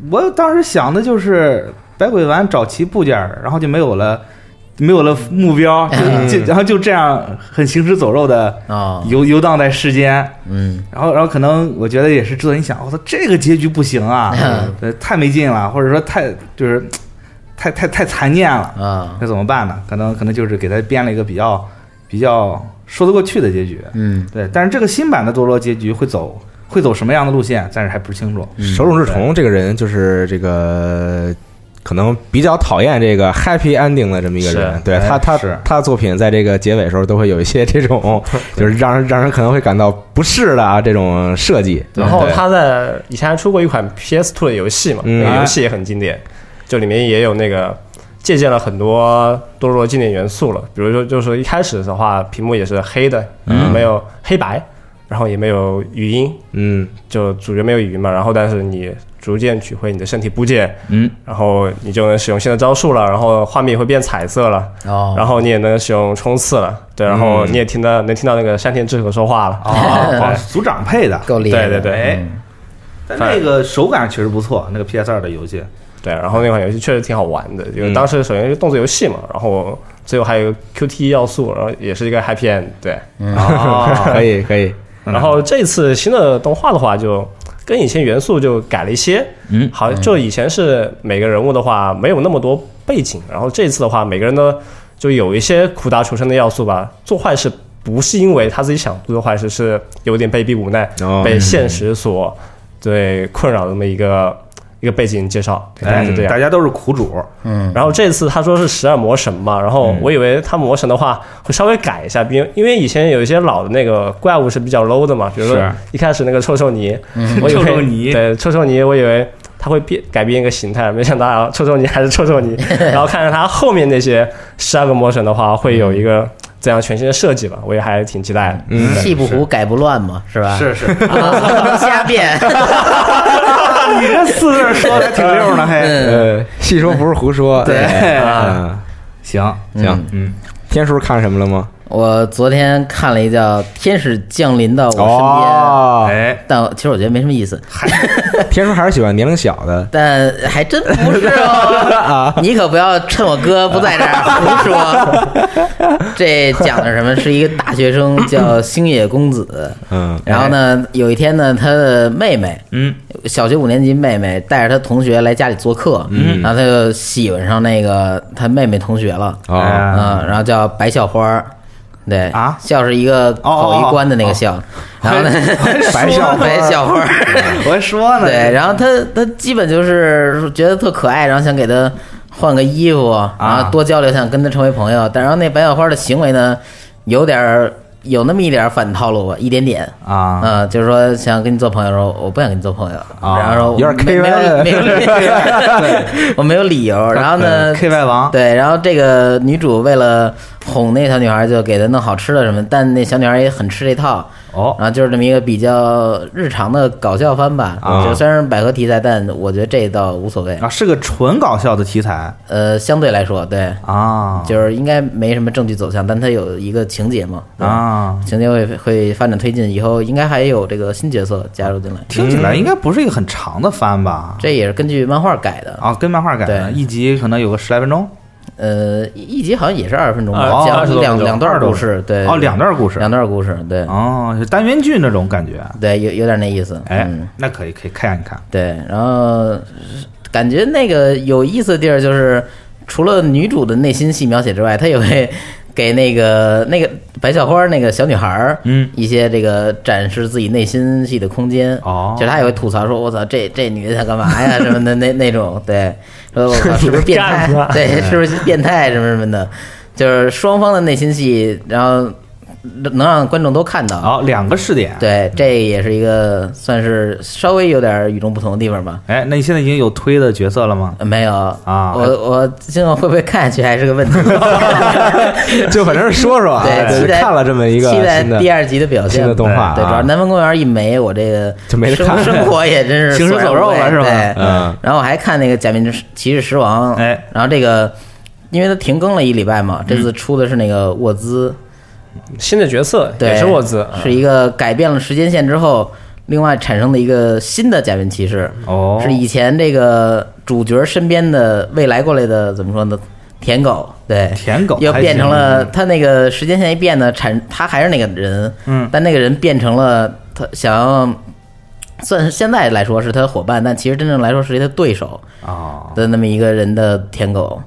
D: 我当时想的就是百鬼丸找齐部件儿，然后就没有了。没有了目标，
B: 嗯
D: 就就然后就这样很行尸走肉的
A: 哦
D: 游游荡在世间，
A: 嗯
D: 然后然后可能我觉得也是制作人想，我、操这个结局不行啊，对，太没劲了，或者说太就是太太太残念了，
A: 啊
D: 那怎么办呢？可能可能就是给他编了一个比较比较说得过去的结局。
A: 嗯
D: 对，但是这个新版的多罗结局会走会走什么样的路线，暂时还不清楚。
B: 手冢治虫这个人就是这个。可能比较讨厌这个 happy ending 的这么一个人，
C: 是
B: 对
D: 哎
B: 他，他
D: 是
B: 他作品在这个结尾的时候都会有一些这 (laughs) 种，就是让人让人可能会感到不适的啊这种设计。
C: 然后
B: 对
C: 他在以前还出过一款 PS2 的游戏嘛，
B: 嗯
C: 那个游戏也很经典，就里面也有那个借鉴了很多多罗经典元素了，比如说就是一开始的话，屏幕也是黑的，没有黑白，然后也没有语音，
B: 嗯
C: 就主角没有语音嘛，然后但是你逐渐取回你的身体部件，
B: 嗯，
C: 然后你就能使用新的招数了，然后画面也会变彩色了，
A: 哦，
C: 然后你也能使用冲刺了，对，然
B: 嗯
C: 后你也听到、能听到那个山田智和说话了，
B: 哦
D: 啊，组长配的，
A: 够厉害的，
C: (laughs) 对对
B: 哎
C: 对
A: 嗯，
D: 但那个手感确实不错，那个 PS 二的游戏，
C: 对，然后那款游戏确实挺好玩的，因为当时首先是动作游戏嘛，然后最后还有 QTE 要素，然后也是一个 happy end，对，
B: (laughs)
D: 啊，
B: 可以可以，
C: 然后这次新的动画的话就。跟以前元素就改了一些，嗯，好，就以前是每个人物的话没有那么多背景，然后这次的话每个人呢就有一些苦大仇深的要素吧。做坏事不是因为他自己想做坏事，是有点被逼无奈，
B: 哦
C: 被现实所对困扰的那么一个一个背景介绍，大概
D: 哎
C: 是这样。
D: 大家都是苦主，
C: 然后这次他说是十二魔神嘛，然
D: 嗯
C: 后我以为他魔神的话会稍微改一下，因为因为以前有一些老的那个怪物是比较 low 的嘛，比如说
D: 是嗯
C: 一开始那个臭臭泥，我以为
D: (laughs) 臭臭泥
C: 对臭臭泥，我以为他会变改变一个形态，没想到啊臭臭泥还是臭臭
D: (laughs)
C: 泥。然后看着他后面那些十二个魔神的话，会有一个怎样全新的设计吧，我也还挺期待的。
D: 嗯
A: 气不糊改不乱嘛，是吧？
D: 是是，
A: 啊 (laughs) 瞎变，
D: 啊你这四字说的还挺溜呢，还
A: 嗯，
B: 呃，细说不是胡
A: (laughs)
B: 说，
D: 对
B: 嗯
D: 行，
B: 行，
D: 嗯，
B: 天叔看什么了吗？
A: 我昨天看了一叫《天使降临到我身边》，
B: 哦
D: 哎，
A: 但其实我觉得没什么意思，
B: 天叔还是喜欢年龄小的，
A: 但还真不是
B: (laughs)
A: 哦，
B: 啊
A: 你可不要趁我哥不在这儿胡说。这讲的是什么？是一个大学生叫星野公子，
B: 嗯，
A: 然后呢，有一天呢，他的妹妹，嗯，小学五年级妹妹带着他同学来家里做客，嗯，然后他就喜欢上那个他妹妹同学了，
B: 哦
D: 哎呀
A: 嗯，然后叫白校花儿，对
D: 啊
A: 校是一个
B: 哦
A: 口一关的那个校，然后呢，
B: 白 (laughs) 校
A: (laughs)
B: 花
A: 白校花儿。
D: 我还说呢，
A: 对，然后他他基本就是觉得特可爱，然后想给他换个衣服，
D: 啊
A: 然后多交流，想跟他成为朋友。但然后那白小花的行为呢，有点儿有那么一点儿反套路吧，一点点。
D: 啊
A: 呃就是说想跟你做朋友，说我不想跟你做朋友，
D: 啊
A: 然后说我
B: 有点
A: 没
B: KY
A: 没有
D: (laughs)
A: 没有理由，我没有理由。然后呢，
D: ，K Y 王，
A: 对，然后这个女主为了哄那小女孩，就给她弄好吃的什么，但那小女孩也很吃这套。
D: 哦，
A: 然后就是这么一个比较日常的搞笑番吧，
B: 啊
A: 就虽然是百合题材，但我觉得这倒无所谓
D: 啊，。是个纯搞笑的题材
A: 呃，相对来说，对，
D: 啊，
A: 就是应该没什么证据走向，但它有一个情节嘛，
D: 啊，
A: 情节会会发展推进，以后应该还有这个新角色加入进来，
D: 听起来应该不是一个很长的番吧？
A: 这也是根据漫画改的。
D: 啊，跟漫画改的，
A: 嗯对
D: 一集可能有个十来分钟，
A: 呃，一一集好像也是二十分钟吧，
C: 啊二
A: 讲
C: 20多
A: 两
C: 分钟
A: 两段
D: 二十多
A: 故事，对，
D: 哦，两段故事，
A: 两段故事，对，
D: 哦，是单元剧那种感觉，
A: 对，有有点那意思，
D: 哎
A: 嗯，
D: 那可以，可以看一看，
A: 对，然后感觉那个有意思的地儿就是，除了女主的内心戏描写之外，她也会给那个那个白小花那个小女孩儿，
D: 嗯，
A: 一些这个展示自己内心戏的空间。
D: 哦
A: 就是她也会吐槽说：“我操，这这女的想干嘛呀？什么
D: (laughs)
A: 的那那种，对，说我操，是不是变态
D: 啊
C: 干嘛？
A: 对，是不是变态什么什么的？就是双方的内心戏，然后能让观众都看到。
D: 哦，两个试点，，
A: 对，这也是一个算是稍微有点与众不同的地方吧。
D: 哎，那你现在已经有推的角色了吗？
A: 没有
D: 啊
A: 我我今后会不会看下去还是个
B: (laughs)
A: 问题。
B: 就反正是说说啊，
A: 对，期
B: 就
A: 待
B: 看了这么一个
A: 期待
B: 新的
A: 第二集的表现。
B: 新的动画啊
A: 对，主要南方公园一没，我这个
B: 就没得
A: 生
B: 看
A: 生活也真是
D: 行尸走肉了是吧
A: 对
B: 嗯
A: 然后我还看那个《假面骑士狮王》，
D: 哎，
A: 然后这个因为它停更了一礼拜嘛，这
B: 嗯
A: 次出的是那个沃兹，
C: 新的角色
A: 对，
C: 也是沃兹，啊
A: 是一个改变了时间线之后，另外产生的一个新的假面骑士。
D: 哦，
A: 是以前这个主角身边的未来过来的怎么说呢？舔狗，对，
D: 舔狗
A: 又
D: 还
A: 变成
D: 行
A: 了他那个时间线一变呢，产他还是那个人，
D: 嗯
A: 但那个人变成了他想要，算是现在来说是他的伙伴，但其实真正来说是他对手
D: 哦，
A: 的那么一个人的舔狗，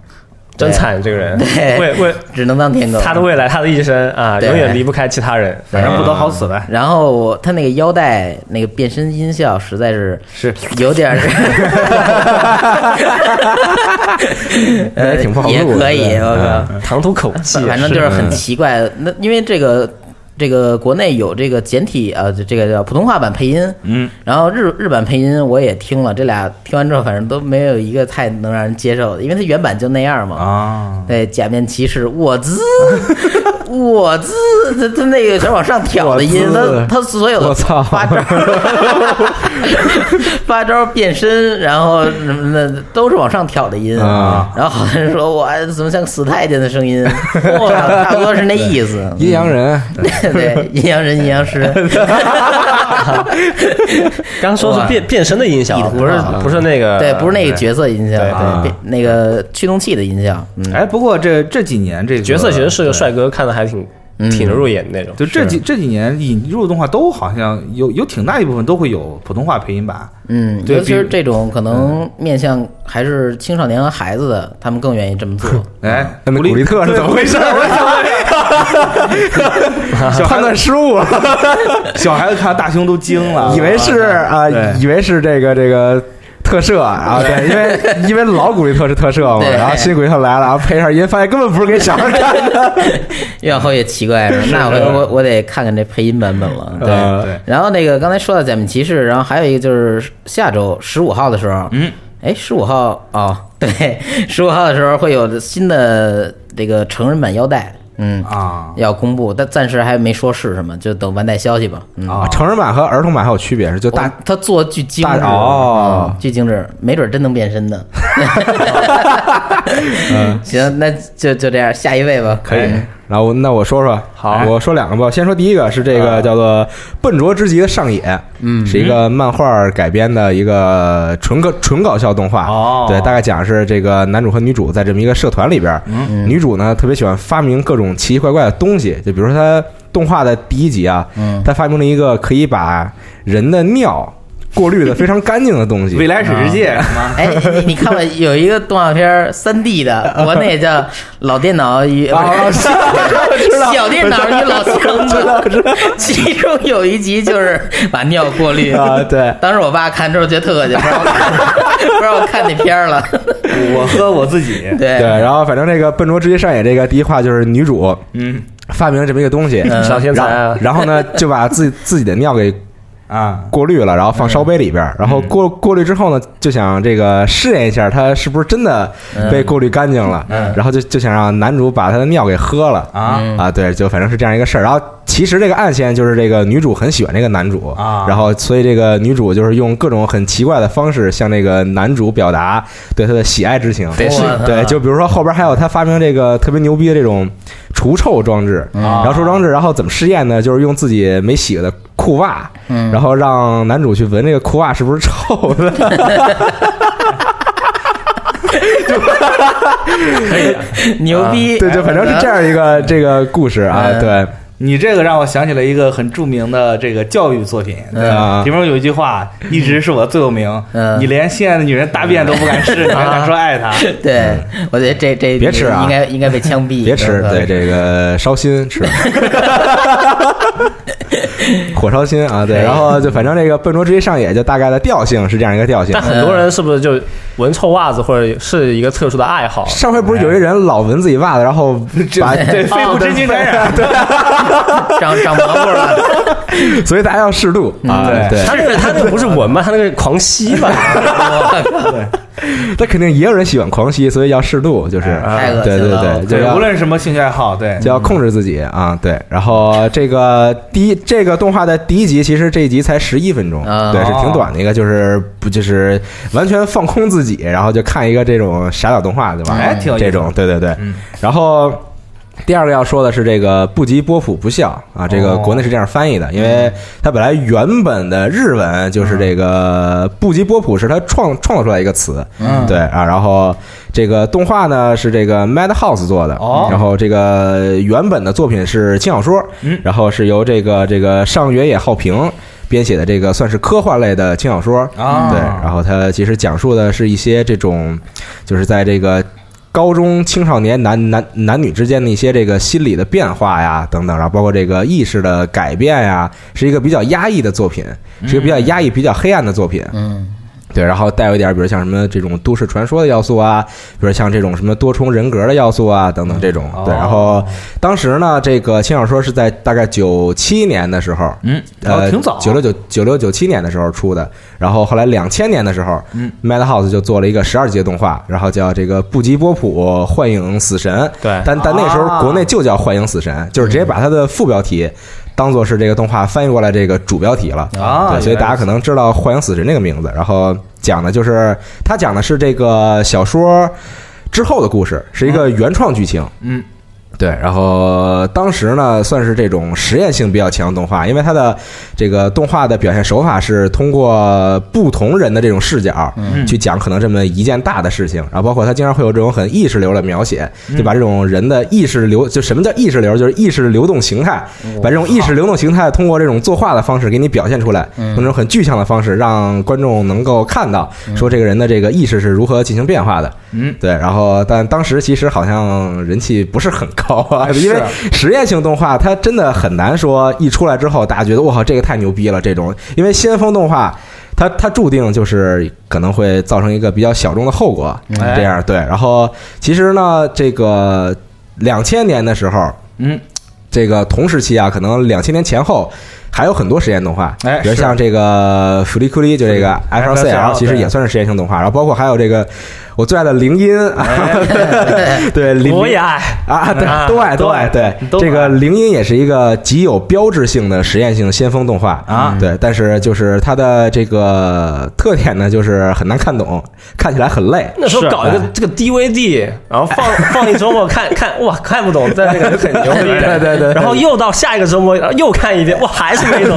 C: 真惨这个人，
A: 对
C: 为
D: (laughs)
C: 为
A: 只能当舔狗。
C: 他的未来，他的一生啊，
A: 对
C: 永远离不开其他人。
D: 反正不得好死呗，
A: 然后我他那个腰带那个变身音效实在是
D: 是
A: 有点儿，
B: 那也挺不好
A: 也
B: 录的嗯
A: 可以，
B: 对
A: 我靠。
C: 唐突口技，
A: 反正就是很奇怪。那因为这个这个国内有这个简体呃，这个叫普通话版配音，
D: 嗯，
A: 然后日日版配音我也听了，这俩听完之后，反正都没有一个太能让人接受的，因为它原版就那样嘛。
D: 啊，
A: 对，假面骑士，我滋，我滋，他他那个全往上挑的音，
B: 我滋
A: 他他所有的 (laughs)
B: 我操
A: 八招，八招变身，然后什么的都是往上挑的音
B: 啊。
A: 然后好像说我怎么像死太监的声音，我差不多是那意思。
B: 阴阳人，
A: 对，阴阳人、阴阳师，
C: 刚刚说是变变身的音效
A: 意，图
C: 不是
A: 啊
C: 不是那
A: (laughs)
C: 个，
A: 对，不是那个角色音效，
C: 对
A: 对，变那个驱动器的音效，嗯，
D: 哎，不过这这几年这个
C: 角色，其实是个帅哥，看的还挺
A: 嗯
C: 挺入眼的那种。
D: 就这几这几年引入的动画都好像有有挺大一部分都会有普通话配音版，
A: 嗯，
D: 对
A: 尤其
D: 比
A: 是
D: 如
A: 这种可能面向还是青少年和孩子的，他们更愿意这么做。
D: 哎，
B: 那古力特是怎么回事？ (laughs)
D: 小
B: 判
D: 孩
B: 断
D: 子
B: 失误了，
D: 小孩子看到大胸都惊了，
B: 以为是啊，
D: 对
B: 以为是这个这个。特摄啊，对，因为因为老古力特是特摄嘛，
A: 对
B: 然后新古力特来了，然后配上音，发现根本不是给小孩看的。 (laughs)
A: 越往后越奇怪了，那回头我我得看看这配音版本了。对，
B: 呃
D: 对
A: 然后那个刚才说到假面骑士，然后还有一个就是下周十五号的时候，
D: 嗯，
A: 哎，十五号哦， (laughs) 对，十五号的时候会有新的这个成人版腰带，嗯，
D: 啊
A: 要公布，但暂时还没说是什么，就等完待消息吧。嗯，
B: 啊，成人版和儿童版还有区别是，就大
A: 他做巨精致
B: 大哦
A: 嗯巨精致，没准真能变身
B: (laughs)
A: 呢。 (laughs) 行，那就就这样，下一位吧。
B: 嗯
A: 嗯
B: 可以。哎然后那我说说，
C: 好
B: 我说两个吧。先说第一个是这个叫做《笨拙之极的上野》，嗯，是一个漫画改编的一个纯搞纯搞笑动画。
D: 哦
B: 对，大概讲是这个男主和女主在这么一个社团里边，女主呢特别喜欢发明各种奇奇怪怪的东西，就比如说她动画的第一集啊，
A: 嗯
B: 她发明了一个可以把人的尿过滤的非常干净的
D: (laughs)
B: 东西，
D: 未来水世界什么
A: 哎，
B: (laughs)
A: 你你看过有一个动画片三 D 的，国内叫《老电脑与》
B: 啊
A: 是小电脑与老箱子， (laughs) 其中有一集就是把尿过滤
B: 啊对
A: 当时我爸看之后觉得特恶心，不让我看， (laughs) 不让我看那片儿了。
D: (laughs) 我喝我自己，
A: 对
B: 对，啊然后反正这个《笨拙之极上野》这个第一话就是女主，
D: 嗯
B: 发明了这么一个东西，
A: 嗯
C: 小天才
B: 然
C: 啊
B: 后然后
C: (laughs)
B: 呢，就把自己自己的尿给
D: 啊，
B: 过滤了，然后放烧杯里边儿，
C: 嗯
B: 然后过过滤之后呢，就想这个试验一下，它是不是真的
C: 嗯
B: 被过滤干净了，然后就就想让男主把他的尿给喝了
D: 啊
A: 嗯
B: 啊，对，就反正是这样一个事儿。然后其实这个暗线就是这个女主很喜欢这个男主
D: 啊
B: 然后所以这个女主就是用各种很奇怪的方式向这个男主表达对他的喜爱之情，
A: 得是啊
B: 对，就比如说后边还有他发明这个特别牛逼的这种除臭装置，
A: 嗯
B: 然后除臭装置，然后怎么试验呢？就是用自己没洗的裤袜，
A: 嗯
B: 然后让男主去闻这个裤袜是不是臭的，
A: (laughs) 牛逼，
B: 对，就反正是这样一
A: 哎
B: 个这个故事啊，
A: 嗯
B: 对，
D: 你这个让我想起了一个很著名的这个教育作品，对吧
B: 嗯？
D: 里面有一句话一直是我座右铭
A: 嗯，
D: 你连现在的女人大便都不
B: (laughs)
D: 敢吃，你还敢说爱
B: 啊
D: 她？
A: 对，我觉得这这
B: 别吃啊
A: 应该应该被枪毙，
B: 别吃，
A: (laughs)
B: 对这个烧心吃， (laughs) 火烧心啊，对，然后就反正这个笨拙之极上野就大概的调性是这样一个调性 (laughs)
C: 但。很多人是不是就闻臭袜子，或者是一个特殊的爱好？啊
B: 上回不是有一人老闻自己袜子，然后把
D: 对，肺部真菌感染，
B: 啊
D: 对，
A: 长长蘑菇
B: (laughs)
A: 了，
B: (laughs) 所以大家要适度啊，
D: 对
B: 对，
C: 他那个他那个不是闻吧，他那个狂吸吧？
B: 但肯定也有人喜欢狂吸，所以要适度，就是
A: 太恶
B: 对
A: 心
B: 对
A: 了
B: 对，就
D: 对，
B: 要
D: 无论什么兴趣爱好，对，
B: 就要控制自己啊，对。然后这个第一这个动画的第一集，其实这一集才十一分钟，
A: 啊
B: 对，是
D: 哦
B: 挺短的一个，就是不就是完全放空自己，然后就看一个这种傻屌动画，对吧？
D: 哎挺有意思嗯
B: 这种，对对对。然后第二个要说的是这个不及波普不笑啊，这个
D: 哦嗯
B: 国内是这样翻译的，因为它本来原本的日文就是这个不及波普是它创创造出来一个词，
D: 嗯
B: 对啊，然后这个动画呢是这个 Madhouse 做的，
D: 哦
B: 然后这个原本的作品是轻小说，
D: 嗯
B: 然后是由这个这个上原野浩平编写的这个算是科幻类的轻小说，
D: 啊，
B: 对，然后它其实讲述的是一些这种，就是在这个高中青少年男男男女之间的一些这个心理的变化呀，等等，然后包括这个意识的改变呀，是一个比较压抑的作品，是一个比较压抑、比较黑暗的作品。
A: 嗯，
B: 对，然后带有一点，比如像什么这种都市传说的要素啊，比如像这种什么多重人格的要素啊，等等这种。对，
D: 哦
B: 然后当时呢，这个轻小说是在大概九七年的时候，
D: 嗯，
B: 呃，
D: 哦，挺早，
B: 九六九九六九七年的时候出的，然后后来两千年的时候，
D: 嗯
B: ，Madhouse 就做了一个十二集的动画，然后叫这个布吉波普幻影死神，
C: 对
B: 但但那时候
D: 啊
B: 国内就叫幻影死神，就是直接把它的副标题当做是这个动画翻译过来这个主标题了。
D: 啊，
B: 对，所以大家可能知道《幻影死神》这个名字。然后讲的就是他讲的是这个小说之后的故事，是一个原创剧情。
D: 嗯，
B: 对。然后当时呢，算是这种实验性比较强的动画，因为它的这个动画的表现手法是通过不同人的这种视角
D: 嗯
B: 去讲可能这么一件大的事情，然后包括它经常会有这种很意识流的描写，
D: 嗯
B: 就把这种人的意识流，就什么叫意识流，就是意识流动形态，
D: 嗯
B: 把这种意识流动形态通过这种作画的方式给你表现出来，
D: 嗯
B: 用这种很具象的方式让观众能够看到，说这个人的这个意识是如何进行变化的。
D: 嗯，
B: 对，然后但当时其实好像人气不是很高啊，
D: 哎是
B: 因为实验性动画它真的很难说一出来之后大家觉得我靠这个太牛逼了这种，因为先锋动画。它它注定就是可能会造成一个比较小众的后果，
D: 哎
B: 这样对。然后其实呢，这个两千年的时候，
D: 嗯，
B: 这个同时期啊，可能两千年前后还有很多实验动画，
D: 哎
B: 比如
D: 是
B: 像这个《弗利库利》，就这个 F 二 C L，
D: FLCL
B: 其实也算是实验性动画。然后包括还有这个我最爱的铃音， (laughs) 对，铃
C: (laughs) 我也
B: 音
C: 爱，
B: 啊，对
C: 哎啊，
B: 都爱
D: 都
B: 爱，
D: 爱
B: 对，
D: 都爱
B: 这个铃音也是一个极有标志性的实验性先锋动画
D: 啊
B: 对，但是就是它的这个特点呢，就是很难看懂，看起来很累，
C: (laughs) 那时候
D: 是
C: 搞一个这个 DVD，然后放放一周末看看，哇，看不懂，但那个就很牛逼，
B: 对对对
C: 然后又到下一个周末，然后又看一遍，哇，还是没懂，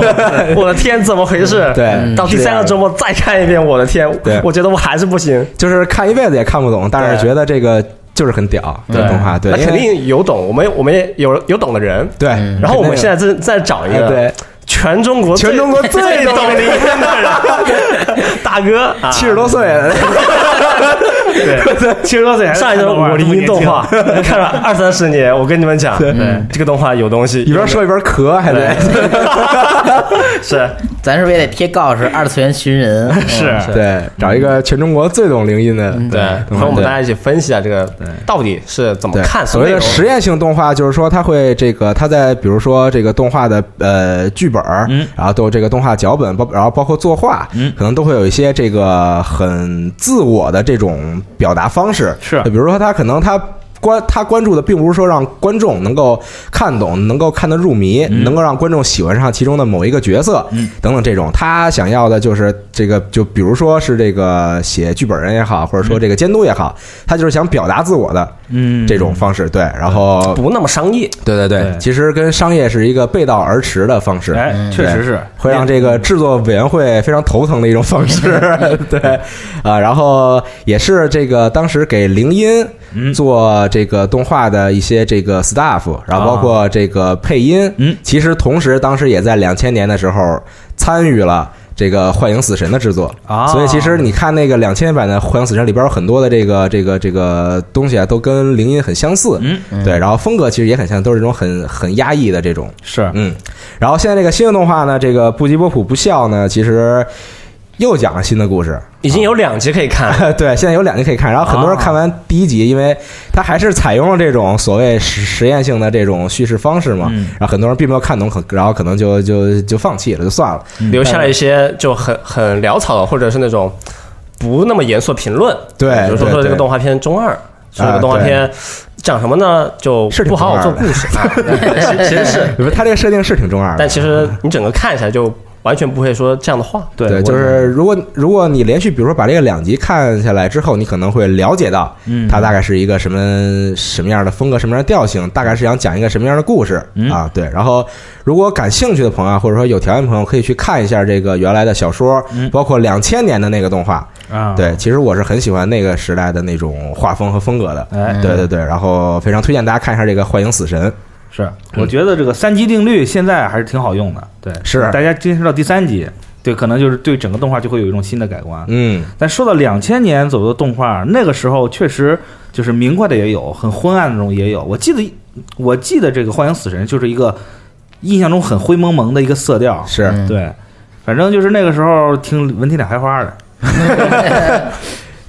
C: 我的天，怎么回事？
B: 对
C: 到第三个周末再看一遍，我的天
B: 对，
C: 我觉得我还是不行。
B: 就是看一辈子也看不懂，但是
C: 对
B: 觉得这个就是很屌，这
C: 对
B: 动画，对，
C: 那
B: 因为
C: 肯定有懂，我们我们也有有懂的人，
B: 对，
C: 然后我
B: 肯
C: 们
B: 定
C: 现在正在找一
B: 哎
C: 个
B: 对
C: 全中国最
B: 全中国最
C: 最
B: 懂
C: 懂的的人， (laughs) 大哥，啊
B: 七十多岁，
C: (laughs)
D: 对，七十多岁还是
C: 上一
D: 看
C: 周
D: 动画
C: 我
D: 这
C: 零
D: 么
C: 一
D: 年
C: 动
D: 轻
C: 画 (laughs) 看了二三十年，我跟你们讲，嗯
B: 对
C: 这个动画有东西，
B: 一边
C: 有
B: 说一边咳，还得
C: 的是
A: 咱是不是也得贴告示？二次元寻人
D: 是
A: 嗯
B: (laughs) 对找一个全中国最懂铃音的，
C: 嗯对，
B: 对
C: 和我们大家一起分析一下这个到底是怎么
B: 对，
C: 看
B: 所谓的实验性动画，就是说它会这个，它在比如说这个动画的呃剧本儿，
D: 嗯
B: 然后都有这个动画脚本，包然后包括作画，
D: 嗯
B: 可能都会有一些这个很自我的这种表达方式，
D: 是
B: 就比如说他可能他。关他关注的并不是说让观众能够看懂、能够看得入迷、能够让观众喜欢上其中的某一个角色，
D: 嗯
B: 等等这种，他想要的就是这个，就比如说是这个写剧本人也好，或者说这个监督也好，他就是想表达自我的，
D: 嗯
B: 这种方式，对，然后
C: 不那么商业，
B: 对对对
D: 对
B: 其实跟商业是一个背道而驰的方式，
D: 哎，确实是
B: 会让这个制作委员会非常头疼的一种方
D: (laughs)
B: 式， (laughs) 对啊，然后也是这个当时给铃音
D: 嗯
B: 做这个动画的一些这个 staff，然后包括这个配音，
D: 嗯
B: 其实同时当时也在两千年的时候参与了。这个《幻影死神》的制作
D: 啊
B: 所以其实你看那个两千版的《幻影死神》里边有很多的这个这个这个东西啊，都跟铃音很相似，
D: 嗯
B: 对，然后风格其实也很像，都是这种很很压抑的这种，
D: 是
B: 嗯，然后现在这个新的动画呢，这个布吉波普不笑呢，其实又讲了新的故事。 (laughs)
C: 已经有两集可以看了。
B: 对，现在有两集可以看。然后很多人
D: 啊
B: 看完第一集，因为它还是采用了这种所谓实实验性的这种叙事方式嘛，
D: 嗯
B: 然后很多人并没有看懂，可然后可能就就就放弃了，就算了。
C: 留下了一些就很很潦草的，或者是那种不那么严肃的评论。
B: 对
C: 比如说
B: 对
C: 说这
B: 对
C: 个
B: 啊
C: 动画片中二，说这个动画片讲什么呢？就是
B: 挺
C: 不好好做
B: 中二
C: 故
B: 的
C: 事，啊
B: (laughs)
C: 对其实其实是，
B: 因为它这个设定是挺中二的
C: 但。其实你整个看起来就完全不会说这样的话。
D: 对
B: 对，
D: 我
B: 就是如果如果你连续，比如说把这个两集看下来之后，你可能会了解到，
D: 嗯
B: 它大概是一个什么什么样的风格、什么样的调性，大概是想讲一个什么样的故事、
D: 嗯
B: 啊。对，然后如果感兴趣的朋友啊，或者说有条件的朋友，可以去看一下这个原来的小说，
D: 嗯
B: 包括两千年的那个动画。
D: 啊，
B: 对，其实我是很喜欢那个时代的那种画风和风格的。
D: 哎
B: 对对对，然后非常推荐大家看一下这个《幻影死神》。
D: 是，
B: 嗯
D: 我觉得这个三级定律现在还是挺好用的。对，
B: 是
D: 大家坚持到第三集，对，可能就是对整个动画就会有一种新的改观。
B: 嗯，
D: 但说到两千年左右的动画，那个时候确实就是明快的也有，很昏暗的那种也有。我记得，我记得这个《幻影死神》就是一个印象中很灰蒙蒙的一个色调，
B: 是，
A: 嗯
D: 对，反正就是那个时候听文体两开花的，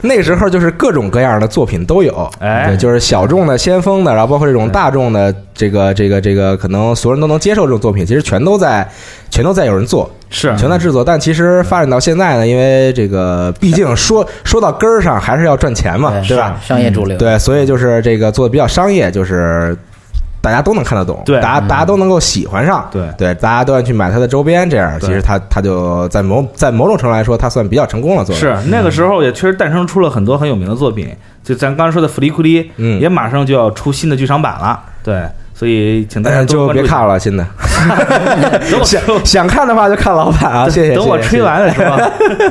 B: 那个时候就是各种各样的作品都有，
D: 哎
B: 对就是小众的、先锋的，然后包括这种大众的，这个、这个、这个，可能所有人都能接受这种作品，其实全都在，全都在有人做，
D: 是
B: 全在制作。但其实发展到现在呢，因为这个毕竟说说到根儿上，还是要赚钱
D: 哎
B: 嘛，对吧？
A: 商业主流，
B: 对，所以就是这个做的比较商业，就是大家都能看得懂，
D: 对嗯
B: 大家大家都能够喜欢上，
D: 对
B: 对，大家都要去买它的周边，这样
D: 对
B: 其实它它就在某在某种程度来说，它算比较成功了，嗯做的
D: 是那个时候也确实诞生出了很多很有名的作品，就咱刚才说的《弗利库利》，
B: 嗯
D: 也马上就要出新的剧场版了，对，所以请大
B: 但
D: 家
B: 是就别看
D: 了，
B: 了，新的。
D: (laughs) 等我
B: 想 (laughs) 想看的话就看老版啊，谢谢。
D: 等我
B: 谢谢
D: 吹完了是吧？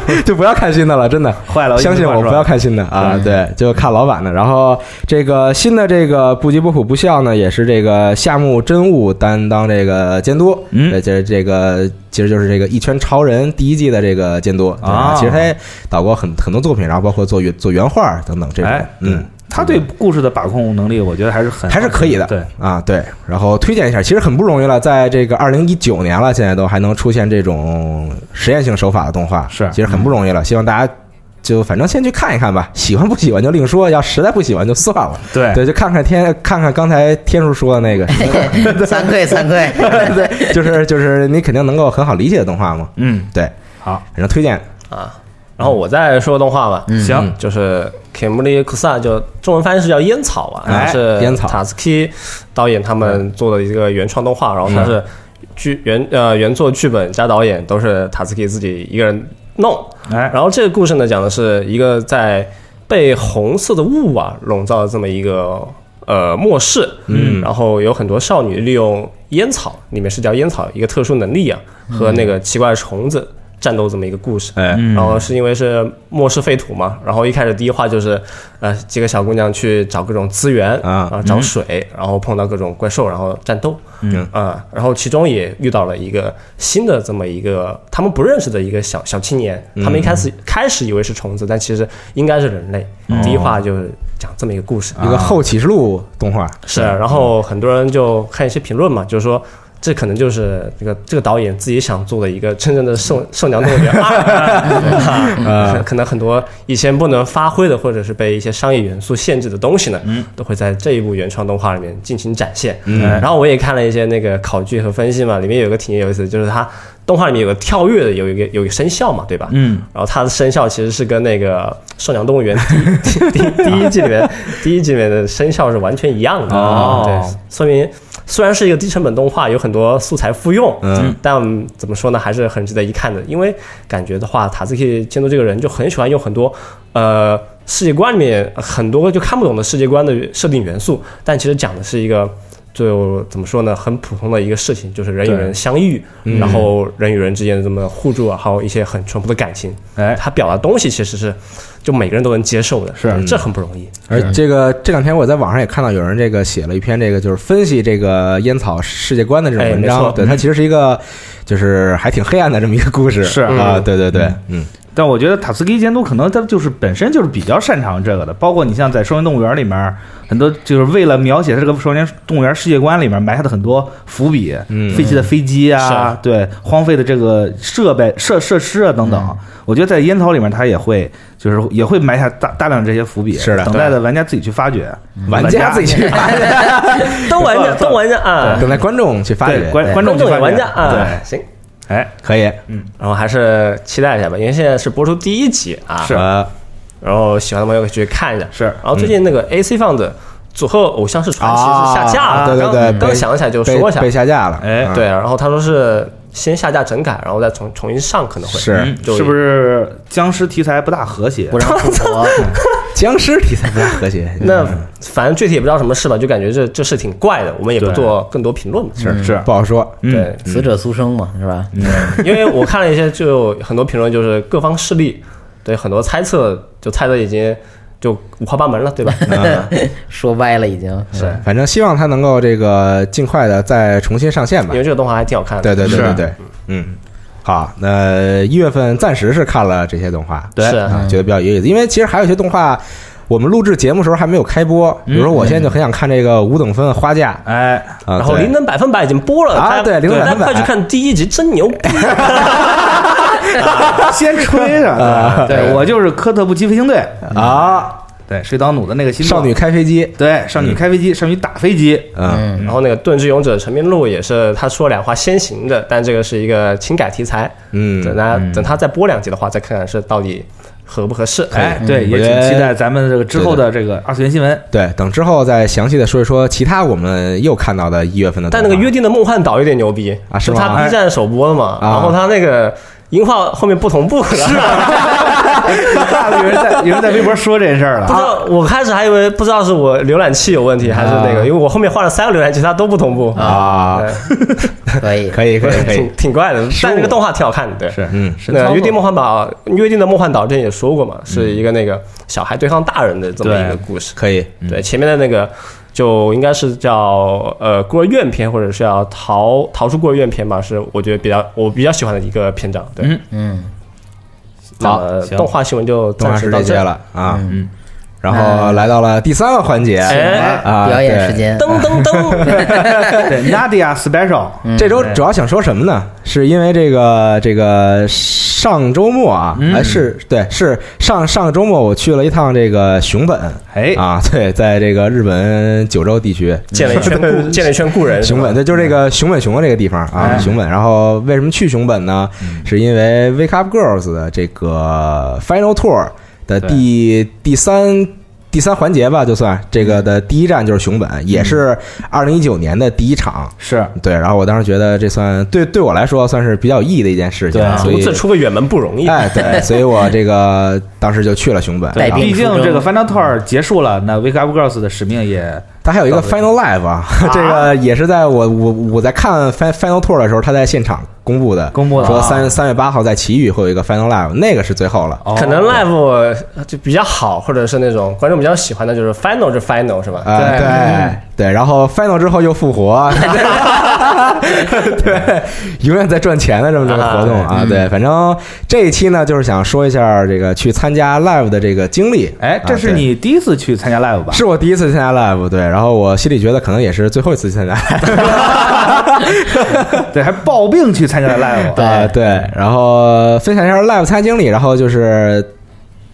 B: 谢 (laughs) 谢就不要看新的了，真的。
D: 坏了，
B: 相信我，不要看新的啊，
D: 嗯
B: 对，就看老版的。然后这个新的这个不吉不虎不孝呢，也是这个夏目真悟担当这个监督，
D: 嗯
B: 对，这这个其实就是这个《一拳超人》第一季的这个监督对
D: 啊
B: 其实他也导过很很多作品，然后包括做原做原画等等这种
D: 哎，，
B: 嗯。
D: 他对故事的把控能力，我觉得还是很
B: 还是可以的，
D: 嗯对，
B: 啊，对。然后推荐一下，其实很不容易了，在这个二零一九年了，现在都还能出现这种实验性手法的动画，
D: 是嗯
B: 其实很不容易了。希望大家就反正先去看一看吧， (laughs) 喜欢不喜欢就另说，要实在不喜欢就算了。
D: 对
B: 对，就看看天，看看刚才天叔说的
D: (laughs)
B: 那个， (laughs)
A: 惭愧惭愧，
B: 对，就是就是你肯定能够很好理解的动画嘛。
D: 嗯，
B: 对，
D: 好，
B: 反正推荐
C: 啊。然后我再说动画吧，
A: 嗯
D: 行，
C: 就是 k i m u r i Kusa，就中文翻译是叫烟草吧，
B: 哎
C: 是
B: 烟草嗯
C: 塔斯基导演他们做的一个原创动画，然后它是剧原呃原作剧本加导演都是塔斯基自己一个人弄，
B: 嗯
D: 哎，
C: 然后这个故事呢，讲的是一个在被红色的雾啊笼罩的这么一个呃末世，嗯，然后有很多少女利用烟草，里面是叫烟草一个特殊能力啊，和那个奇怪的虫子战斗这么一个故事。
B: 哎
C: 然后是因为是末世废土嘛，然后一开始第一话就是，呃，几个小姑娘去找各种资源
B: 啊
C: 找水，然后碰到各种怪兽，然后战斗，
B: 嗯
C: 啊，然后其中也遇到了一个新的这么一个他们不认识的一个小小青年，他们一开始、开始以为是虫子，但其实应该是人类。第一话就是讲这么一个故事，
D: 啊
B: 一个后启示录动画，
C: 是，然后很多人就看一些评论嘛，就是说。这可能就是这个这个导演自己想做的一个真正的兽兽娘动物园二，啊可可能很多以前不能发挥的，或者是被一些商业元素限制的东西呢，都会在这一部原创动画里面进行展现。然后我也看了一些那个考据和分析嘛，里面有一个挺有意思的，就是它动画里面有个跳跃的，有一个有一个声效嘛，对吧？
D: 嗯，
C: 然后它的声效其实是跟那个《兽娘动物园》第 (laughs) 第第第一季里面第一季里面的声效是完全一样的。
D: 哦
C: 对，说明虽然是一个低成本动画，有很多素材复用，
B: 嗯，
C: 但怎么说呢，还是很值得一看的。因为感觉的话，塔斯克监督这个人就很喜欢用很多呃世界观里面很多就看不懂的世界观的设定元素，但其实讲的是一个。就怎么说呢，很普通的一个事情，就是人与
D: 对
C: 人相遇，
D: 嗯
C: 然后人与人之间的这么互助啊，还有一些很淳朴的感情。
D: 哎，
C: 他表达东西其实是就每个人都能接受的，
D: 是
C: 这很不容易。
B: 而这个这两天我在网上也看到有人这个写了一篇这个就是分析这个烟草世界观的这种
C: 哎
B: 文
C: 没
B: 章，
C: 错
B: 对它其实是一个就是还挺黑暗的这么一个故事，
D: 是
B: 啊，对对对，嗯，
D: 但我觉得塔斯基监督可能他就是本身就是比较擅长这个的，包括你像在《兽人动物园》里面，很多就是为了描写这个《兽人动物园》世界观里面埋下的很多伏笔，
B: 嗯
D: 废弃的飞机
C: 是
D: 啊
C: 啊，
D: 对，荒废的这个设备设设施啊等等。
B: 嗯
D: 我觉得在烟草里面，他也会就是也会埋下大大量这些伏笔，
B: 是的
D: 等待着玩家自己去发掘，
B: 嗯玩家自己去发掘，
C: 当玩家，
D: 错
C: 当玩家啊，
B: 等待观众去发掘，
D: 对观
B: 对
D: 观众去
C: 也
D: 发掘
C: 玩家啊，
D: 对，
C: 行。
D: 哎，
B: 可以
C: 然后还是期待一下吧，因为现在是播出第一集啊，
D: 是
B: 呃
C: 然后喜欢的朋友可以去看一下。
D: 是
C: 然后最近那个 AC 放的组合《偶像是传奇》是下架
B: 嗯啊
C: 了，
B: 对对对，
C: 刚
B: 被
C: 刚想起来就
B: 被
C: 说一下
B: 被，下架了，
D: 哎
B: 啊
C: 对，，然后他说是先下架整改，然后再重重新上，可能会
B: 是
D: 嗯
C: 就是
D: 不是僵尸题材不大和谐
A: 不？让出
B: (laughs)
A: 国，
B: 僵尸题材不太和谐，
C: 啊
B: 嗯
C: 那反正具体也不知道什么事吧，就感觉这这事挺怪的，我们也不
D: 对
C: 做更多评论吧。
D: 是是，
B: 不好说，
C: 对，
A: (laughs) 死者苏生嘛，是吧？
C: (laughs) 因为我看了一些，就有很多评论，就是各方势力对很多猜测，就猜的已经就五花八门了，对吧？
B: 嗯
A: (laughs) 说歪了已经，
C: (laughs) 是
B: 反正希望它能够这个尽快的再重新上线吧
C: 因，为这个动画还挺好看的。
B: 对对对
D: 是
B: 对对，嗯，好，那一月份暂时是看了这些动画，
C: 对
D: 对
C: 是
B: 啊，觉得比较有意思。因为其实还有一些动画，我们录制节目的时候还没有开播，
C: 嗯
B: 比如说我现在就很想看这个五等分的花嫁
D: 哎，
B: (laughs) 啊，
C: 然后
B: 对
C: 零等百分百已经播了
B: 啊
C: 大家
B: 对零等百分百
C: 大家快去看第一集，真牛逼！
D: 先吹上。
B: 啊
D: 对对我就是科特布奇飞行队，
B: 啊，
D: 对水岛努的那个新作
B: 少女，开飞机，
D: 对少女开飞机，少女打飞机，
B: 嗯，
A: 嗯，
C: 然后那个《盾之勇者成名录》也是他说两话先行的，但这个是一个情感题材，
B: 嗯
C: 等他等他再播两集的话，再看看是到底合不合适。
D: 哎，对，也挺期待咱们这个之后的这个二次元
B: (laughs)
D: 新闻。
B: 对，等之后再详细的说一说其他我们又看到的一月份的动
C: 但
B: 画。
C: 那个约定的梦幻岛有点牛逼
B: 啊是吗
C: 他 B 站首播了嘛，
B: 哎啊
C: 然后他那个樱花后面不同步了，是
B: 啊
D: 有人在有人在微博说这事儿
C: (laughs) 不
D: 了，
C: 知
B: 啊
C: 道，我开始还以为不知道是我浏览器有问题还是那个，因为我后面换了三个浏览器，它都不同步 (laughs)
B: 啊，
A: 可以，
B: 可以可以可以
C: 挺，挺怪的。但那个动画挺好看的，对。
D: 是
B: 嗯
D: 神操
C: 那
D: 作
C: 约定梦幻岛，约定的梦幻岛之前也说过嘛，是一个那个小孩对抗大人的这么一个
D: 对
C: 故事。
B: 可以，
C: 对，前面的那个就应该是叫呃孤儿院篇，或者是要逃逃出孤儿院篇吧，是我觉得比较我比较喜欢的一个篇章。对，
D: 嗯
A: 嗯，
C: 好，
D: 行
C: 动画新闻就
B: 动
C: 暂
B: 画
C: 时
B: 是
C: 到
B: 这
C: 这
B: 些
C: 儿。
B: 了啊，
D: 嗯，
B: 然后来到了第三个环节，
C: 哎，
B: 啊，
A: 表演
B: 对
A: 时。间，
C: 噔噔噔，
D: 哎对 Nadia Special，
B: 这周主要想说什么呢？是因为这个这个上周末啊，
D: 嗯
B: 哎是对是上上周末我去了一趟这个熊本
D: 哎，嗯
B: 啊，对，在这个日本九州地区
C: 见了一圈，见了一圈故人，是吧
B: 熊本，对，就是这个熊本熊的这个地方啊，
D: 哎嗯
B: 熊本。然后为什么去熊本呢？是因为 Wake Up Girls 的这个 Final Tour 的第第三。第三环节吧，就算这
D: 嗯
B: 个的第一站就是熊本，也是二零一九年的第一场。
D: 是
B: 对，然后我当时觉得这算对对我来说算是比较有意义的一件事情
D: 对啊，
B: 所
C: 独
B: 以
C: 自出个远门不容易。
B: 哎对，
D: (laughs)
B: 所以我这个当时就去了熊本。啊
A: 带
D: 对，
B: 然后
A: 病
D: 毕
A: 初
D: 竟
A: 衷
D: 这个 Final Tour 结束了，那 Wake Up Girls 的使命也
B: 它还有一个 Final Live 啊，这个也是在我我我在看 Fin- Final Tour 的时候，他在现场公布的，
D: 公布了
B: 说
D: 啊哦
B: 三三月八号在奇遇会有一个 Final Live，那个是最后了。
C: 可能 live 就比较好，或者是那种观众比较喜欢的，就是 final 是 final 是吧？
B: 啊、
D: 对
B: 对对，然后 final 之后又复活， (laughs) 对，永远在赚钱的这么这个活动啊，对，
D: 嗯
B: 反正这一期呢，就是想说一下这个去参加 live 的这个经历。
D: 哎，这
B: 啊
D: 是
B: 对
D: 你第一次去参加 live 吧？
B: 是我第一次参加 live，对，然后我心里觉得可能也是最后一次参加 live，
D: (laughs) 对，还抱病去
B: (laughs)
D: 参加的 live，
A: 对
B: 啊，对，然后分享一下 live 参加经历，然后就是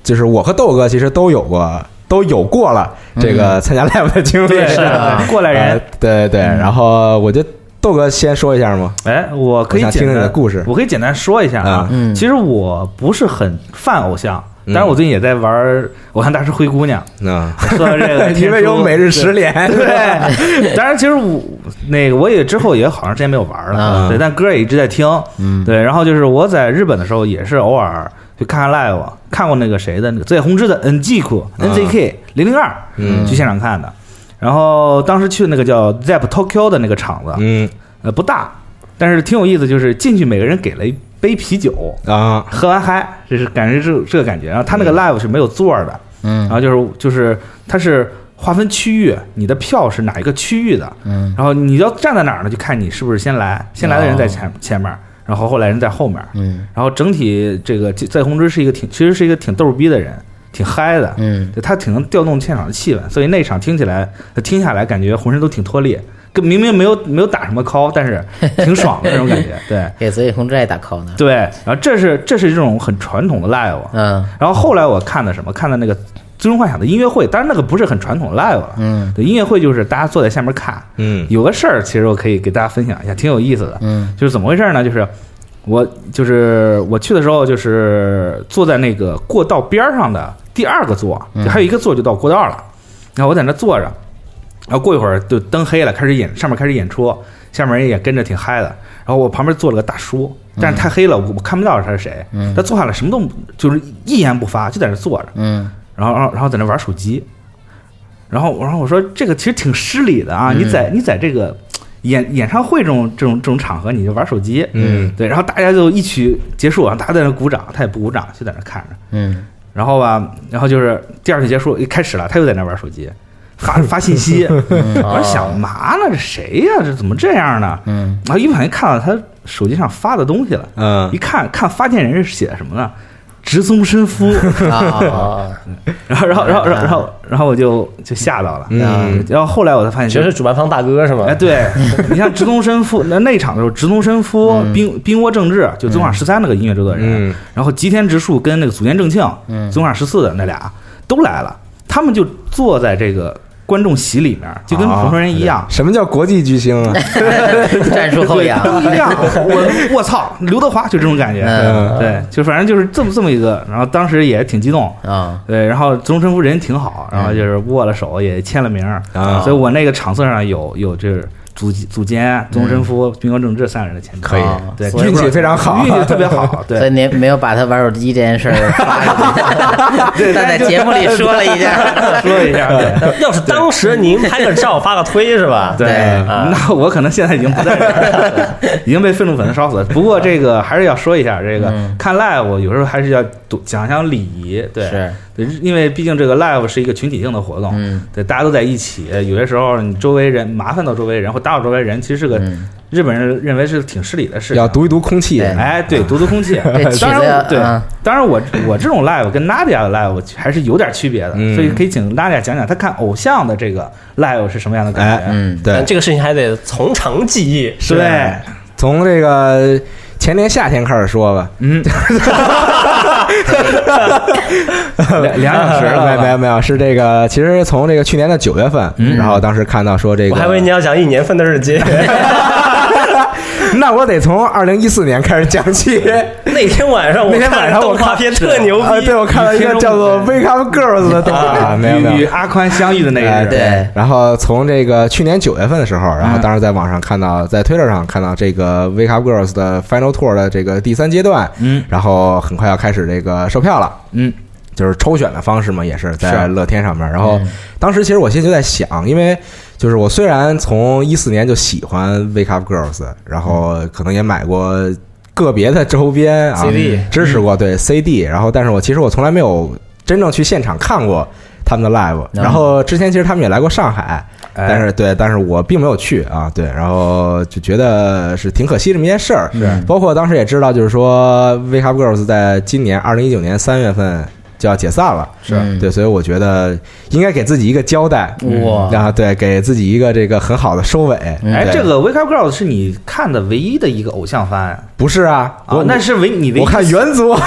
B: 就是我和豆哥其实都有过都有过了这个参加 live 的经历，
D: 嗯对，
C: 是的
D: 的，过来
B: 呃
D: 人。嗯
B: 对对对，然后我就豆哥先说一下嘛，
D: 哎，我可
B: 我
D: 以
B: 想
D: 简
B: 听
D: 单
B: 听你的故事
D: 我可以简单说一下啊
B: 啊。
A: 嗯
D: 其实我不是很泛偶像，
B: 嗯
D: 但是我最近也在玩《偶像大师灰姑娘
B: (laughs) 嗯，》，
D: 说到这个，
B: 因为有每日十
D: (laughs) 连。
B: 连，
D: 对，当然，其实我那个我也之后也好长时间没有玩
B: 嗯
D: 了，对，但歌也一直在听，
A: 嗯
D: 对。然后就是我在日本的时候，也是偶尔去看看 live，看过那个谁的那个泽野弘之的 NG 库
B: 嗯
D: NZK 零零二，
B: 嗯
D: 去现场看的。然后当时去那个叫 Zep Tokyo 的那个场子，
B: (laughs) 嗯
D: 呃，不大，但是挺有意思，就是进去每个人给了一杯啤酒，
B: 啊，
D: 喝完嗨，这是感觉这这个感觉。然后他那个 live 是没有座儿的，然
A: 嗯
D: 后就是就是它是划分区域，你的票是哪一个区域的，
A: 嗯
D: 然后你要站在哪儿呢，就看你是不是先来，先来的人在前前面，然后后来人在后面。
A: 哦嗯
D: 然后整体这个在红之是一个挺其实是一个挺逗逼的人，挺嗨的，
A: 嗯，
D: 对他挺能调动现场的气氛，所以那场听起来听下来感觉浑身都挺脱力，跟明明没有没有打什么 call，但是挺爽的那种感觉。对
A: 给泽野弘之爱打 call 呢，
D: (laughs) 对，然后这是这是这种很传统的 live，
A: 嗯
D: 然后后来我看的什么？看的那个《最终幻想》的音乐会，当然那个不是很传统的 live 了。
A: 嗯
D: 对，音乐会就是大家坐在下面看。
B: 嗯
D: 有个事儿，其实我可以给大家分享一下，挺有意思的。
A: 嗯
D: 就是怎么回事呢？就是我就是我去的时候，就是坐在那个过道边儿上的第二个座，
A: 嗯
D: 就还有一个座就到过道了。然后我在那坐着，然后过一会儿就灯黑了，开始演上面开始演出，下面人也跟着挺嗨的。然后我旁边坐了个大叔，但是太黑了，我我看不到他是谁。
A: 嗯
D: 他坐下来什么都不就是一言不发，就在那坐着。
A: 嗯
D: 然后然后然后在那玩手机，然后然后我说这个其实挺失礼的啊，你在你在这个演演唱会这种这种这种场合你就玩手机，
B: 嗯
D: 对，然后大家就一曲结束，然啊后大家在那鼓掌，他也不鼓掌，就在那看着，
A: 嗯
D: 然后吧，然后就是第二曲结束一开始了，他又在那玩手机。发发信息，我说想嘛呢？这谁呀、这怎么这样呢？
A: 嗯
D: 然后一不小心看到他手机上发的东西了，
B: 嗯
D: 一看看发件人是写的什么呢？直松伸夫，
B: (laughs)
A: 啊，
C: 啊，
D: 然后然后然后然后然后然后我就就吓到了，
B: 嗯
D: 然后后来我才发
C: 其实
D: 现
C: 是。主办方大哥是吗？
D: 哎，对
A: (laughs)
D: 你像直宗伸夫那那场的时候，直宗伸夫、
A: 嗯
D: 冰冰窝正治就《尊化十三》那个音乐制作人，
B: 嗯
D: 然后吉田直树跟那个组间正庆，
A: 嗯
D: 《尊化十四》的那俩都来了，他们就坐在这个观众席里面，就
A: 哦
D: 跟普通人一样，
B: 什么叫国际巨星 (laughs) 啊？
A: (laughs) 战术后
D: 对
A: 仰，
D: 都一
A: (laughs)
D: 样。我我操，刘德华就这种感觉，
A: 嗯
D: 对，就反正就是这么这么一个。然后当时也挺激动，
B: (laughs)
A: 啊，
D: 对，然后宗申夫人挺好，然后就是握了手，也签了名儿
B: 啊
D: 所以我那个场册上有有就是组组监、宗申夫、冰川正治三人的签名，啊
A: 可以
D: 对，
A: 所以
D: 运气
B: 运气非常好
D: 运气特别好，
A: 所以
D: 对。
A: 您没有把他玩手机这件事儿
B: (laughs)
A: 发出去，但在节目里说了一下，
D: 说一下，对，
C: (laughs) 要是当时您拍个照发个推
B: (laughs)
C: 是吧？
A: 对
C: 啊
D: 那我可能现在已经不在这儿了， (laughs) 已经被愤怒粉烧死了。不过这个还是要说一下，这个看 live 有时候还是要多讲讲礼仪，对，
A: 是
D: 对，因为毕竟这个 live 是一个群体性的活动，
A: 嗯
D: 对，大家都在一起，有些时候你周围人麻烦到周围人或打扰周围人，其实是个
A: 嗯
D: 日本人认为是挺失礼的事情。
B: 要读一读空气。
A: 对
D: 哎，对，读读空气。
A: 曲
D: 当
A: 子
D: 然
A: 要
D: 我，对
A: 嗯，
D: 当然我我这种 live 跟 Nadia 的 live 还是有点区别的，
B: 嗯
D: 所以可以请 Nadia 讲讲她看偶像的这个 live 是什么样的感觉。
B: 哎
A: 嗯，
B: 对
C: 但，这个事情还得从长计议，是吧
D: 对，
B: 从这个前年夏天开始说吧，
D: 嗯，两两小时了
B: (laughs) 没
D: 吧，
B: 有没有没有，嗯是这个，其实从这个去年的九月份，然后当时看到说这个，
C: 我还以为你要讲一年份的
B: (laughs)
C: 日记。
B: 啊那我得从二零一四年开始讲 (laughs) 起。
C: 那天晚上我
B: 那天
C: 看
B: 晚上我
C: 动画
B: 看
C: 片特牛
B: 啊，
C: 逼，
B: 对，我看到一个叫做《Wake Up Girls》的动画，啊没有没有
D: 与与阿宽相遇的那
B: 哎
D: 一日，
A: 对
B: 然后从这个去年九月份的时候，然后当时在网上看到，在 Twitter 上看到这个 Wake Up Girls 的 Final Tour 的这个第三阶段，
D: 嗯
B: 然后很快要开始这个售票了。
D: 嗯，
B: 就是抽选的方式嘛，也是在
D: 是
B: 乐天上面。然后
A: 嗯
B: 当时其实我心里就在想，因为就是我虽然从一四年就喜欢 Wake Up Girls，然后可能也买过个别的周边啊
C: CD
B: 支持过对 CD，然后但是我其实我从来没有真正去现场看过他们的 live。
A: 嗯
B: 然后之前其实他们也来过上海，
D: 哎
B: 但是对，但是我并没有去啊，对，然后就觉得是挺可惜这么一件事儿。
D: 是
B: 包括当时也知道，就是说 Wake Up Girls 在今年二零一九年三月份就要解散了，
A: 是嗯
B: 对，所以我觉得应该给自己一个交代，
A: 哇
B: 啊，对，给自己一个这个很好的收尾。
D: 哎，
B: 嗯对
D: 这个《Wake Up Girls》是你看的唯一的一个偶像番啊，
B: 不是啊，我、
D: 啊那是唯你唯一
B: 我看元
D: (laughs)
B: 祖，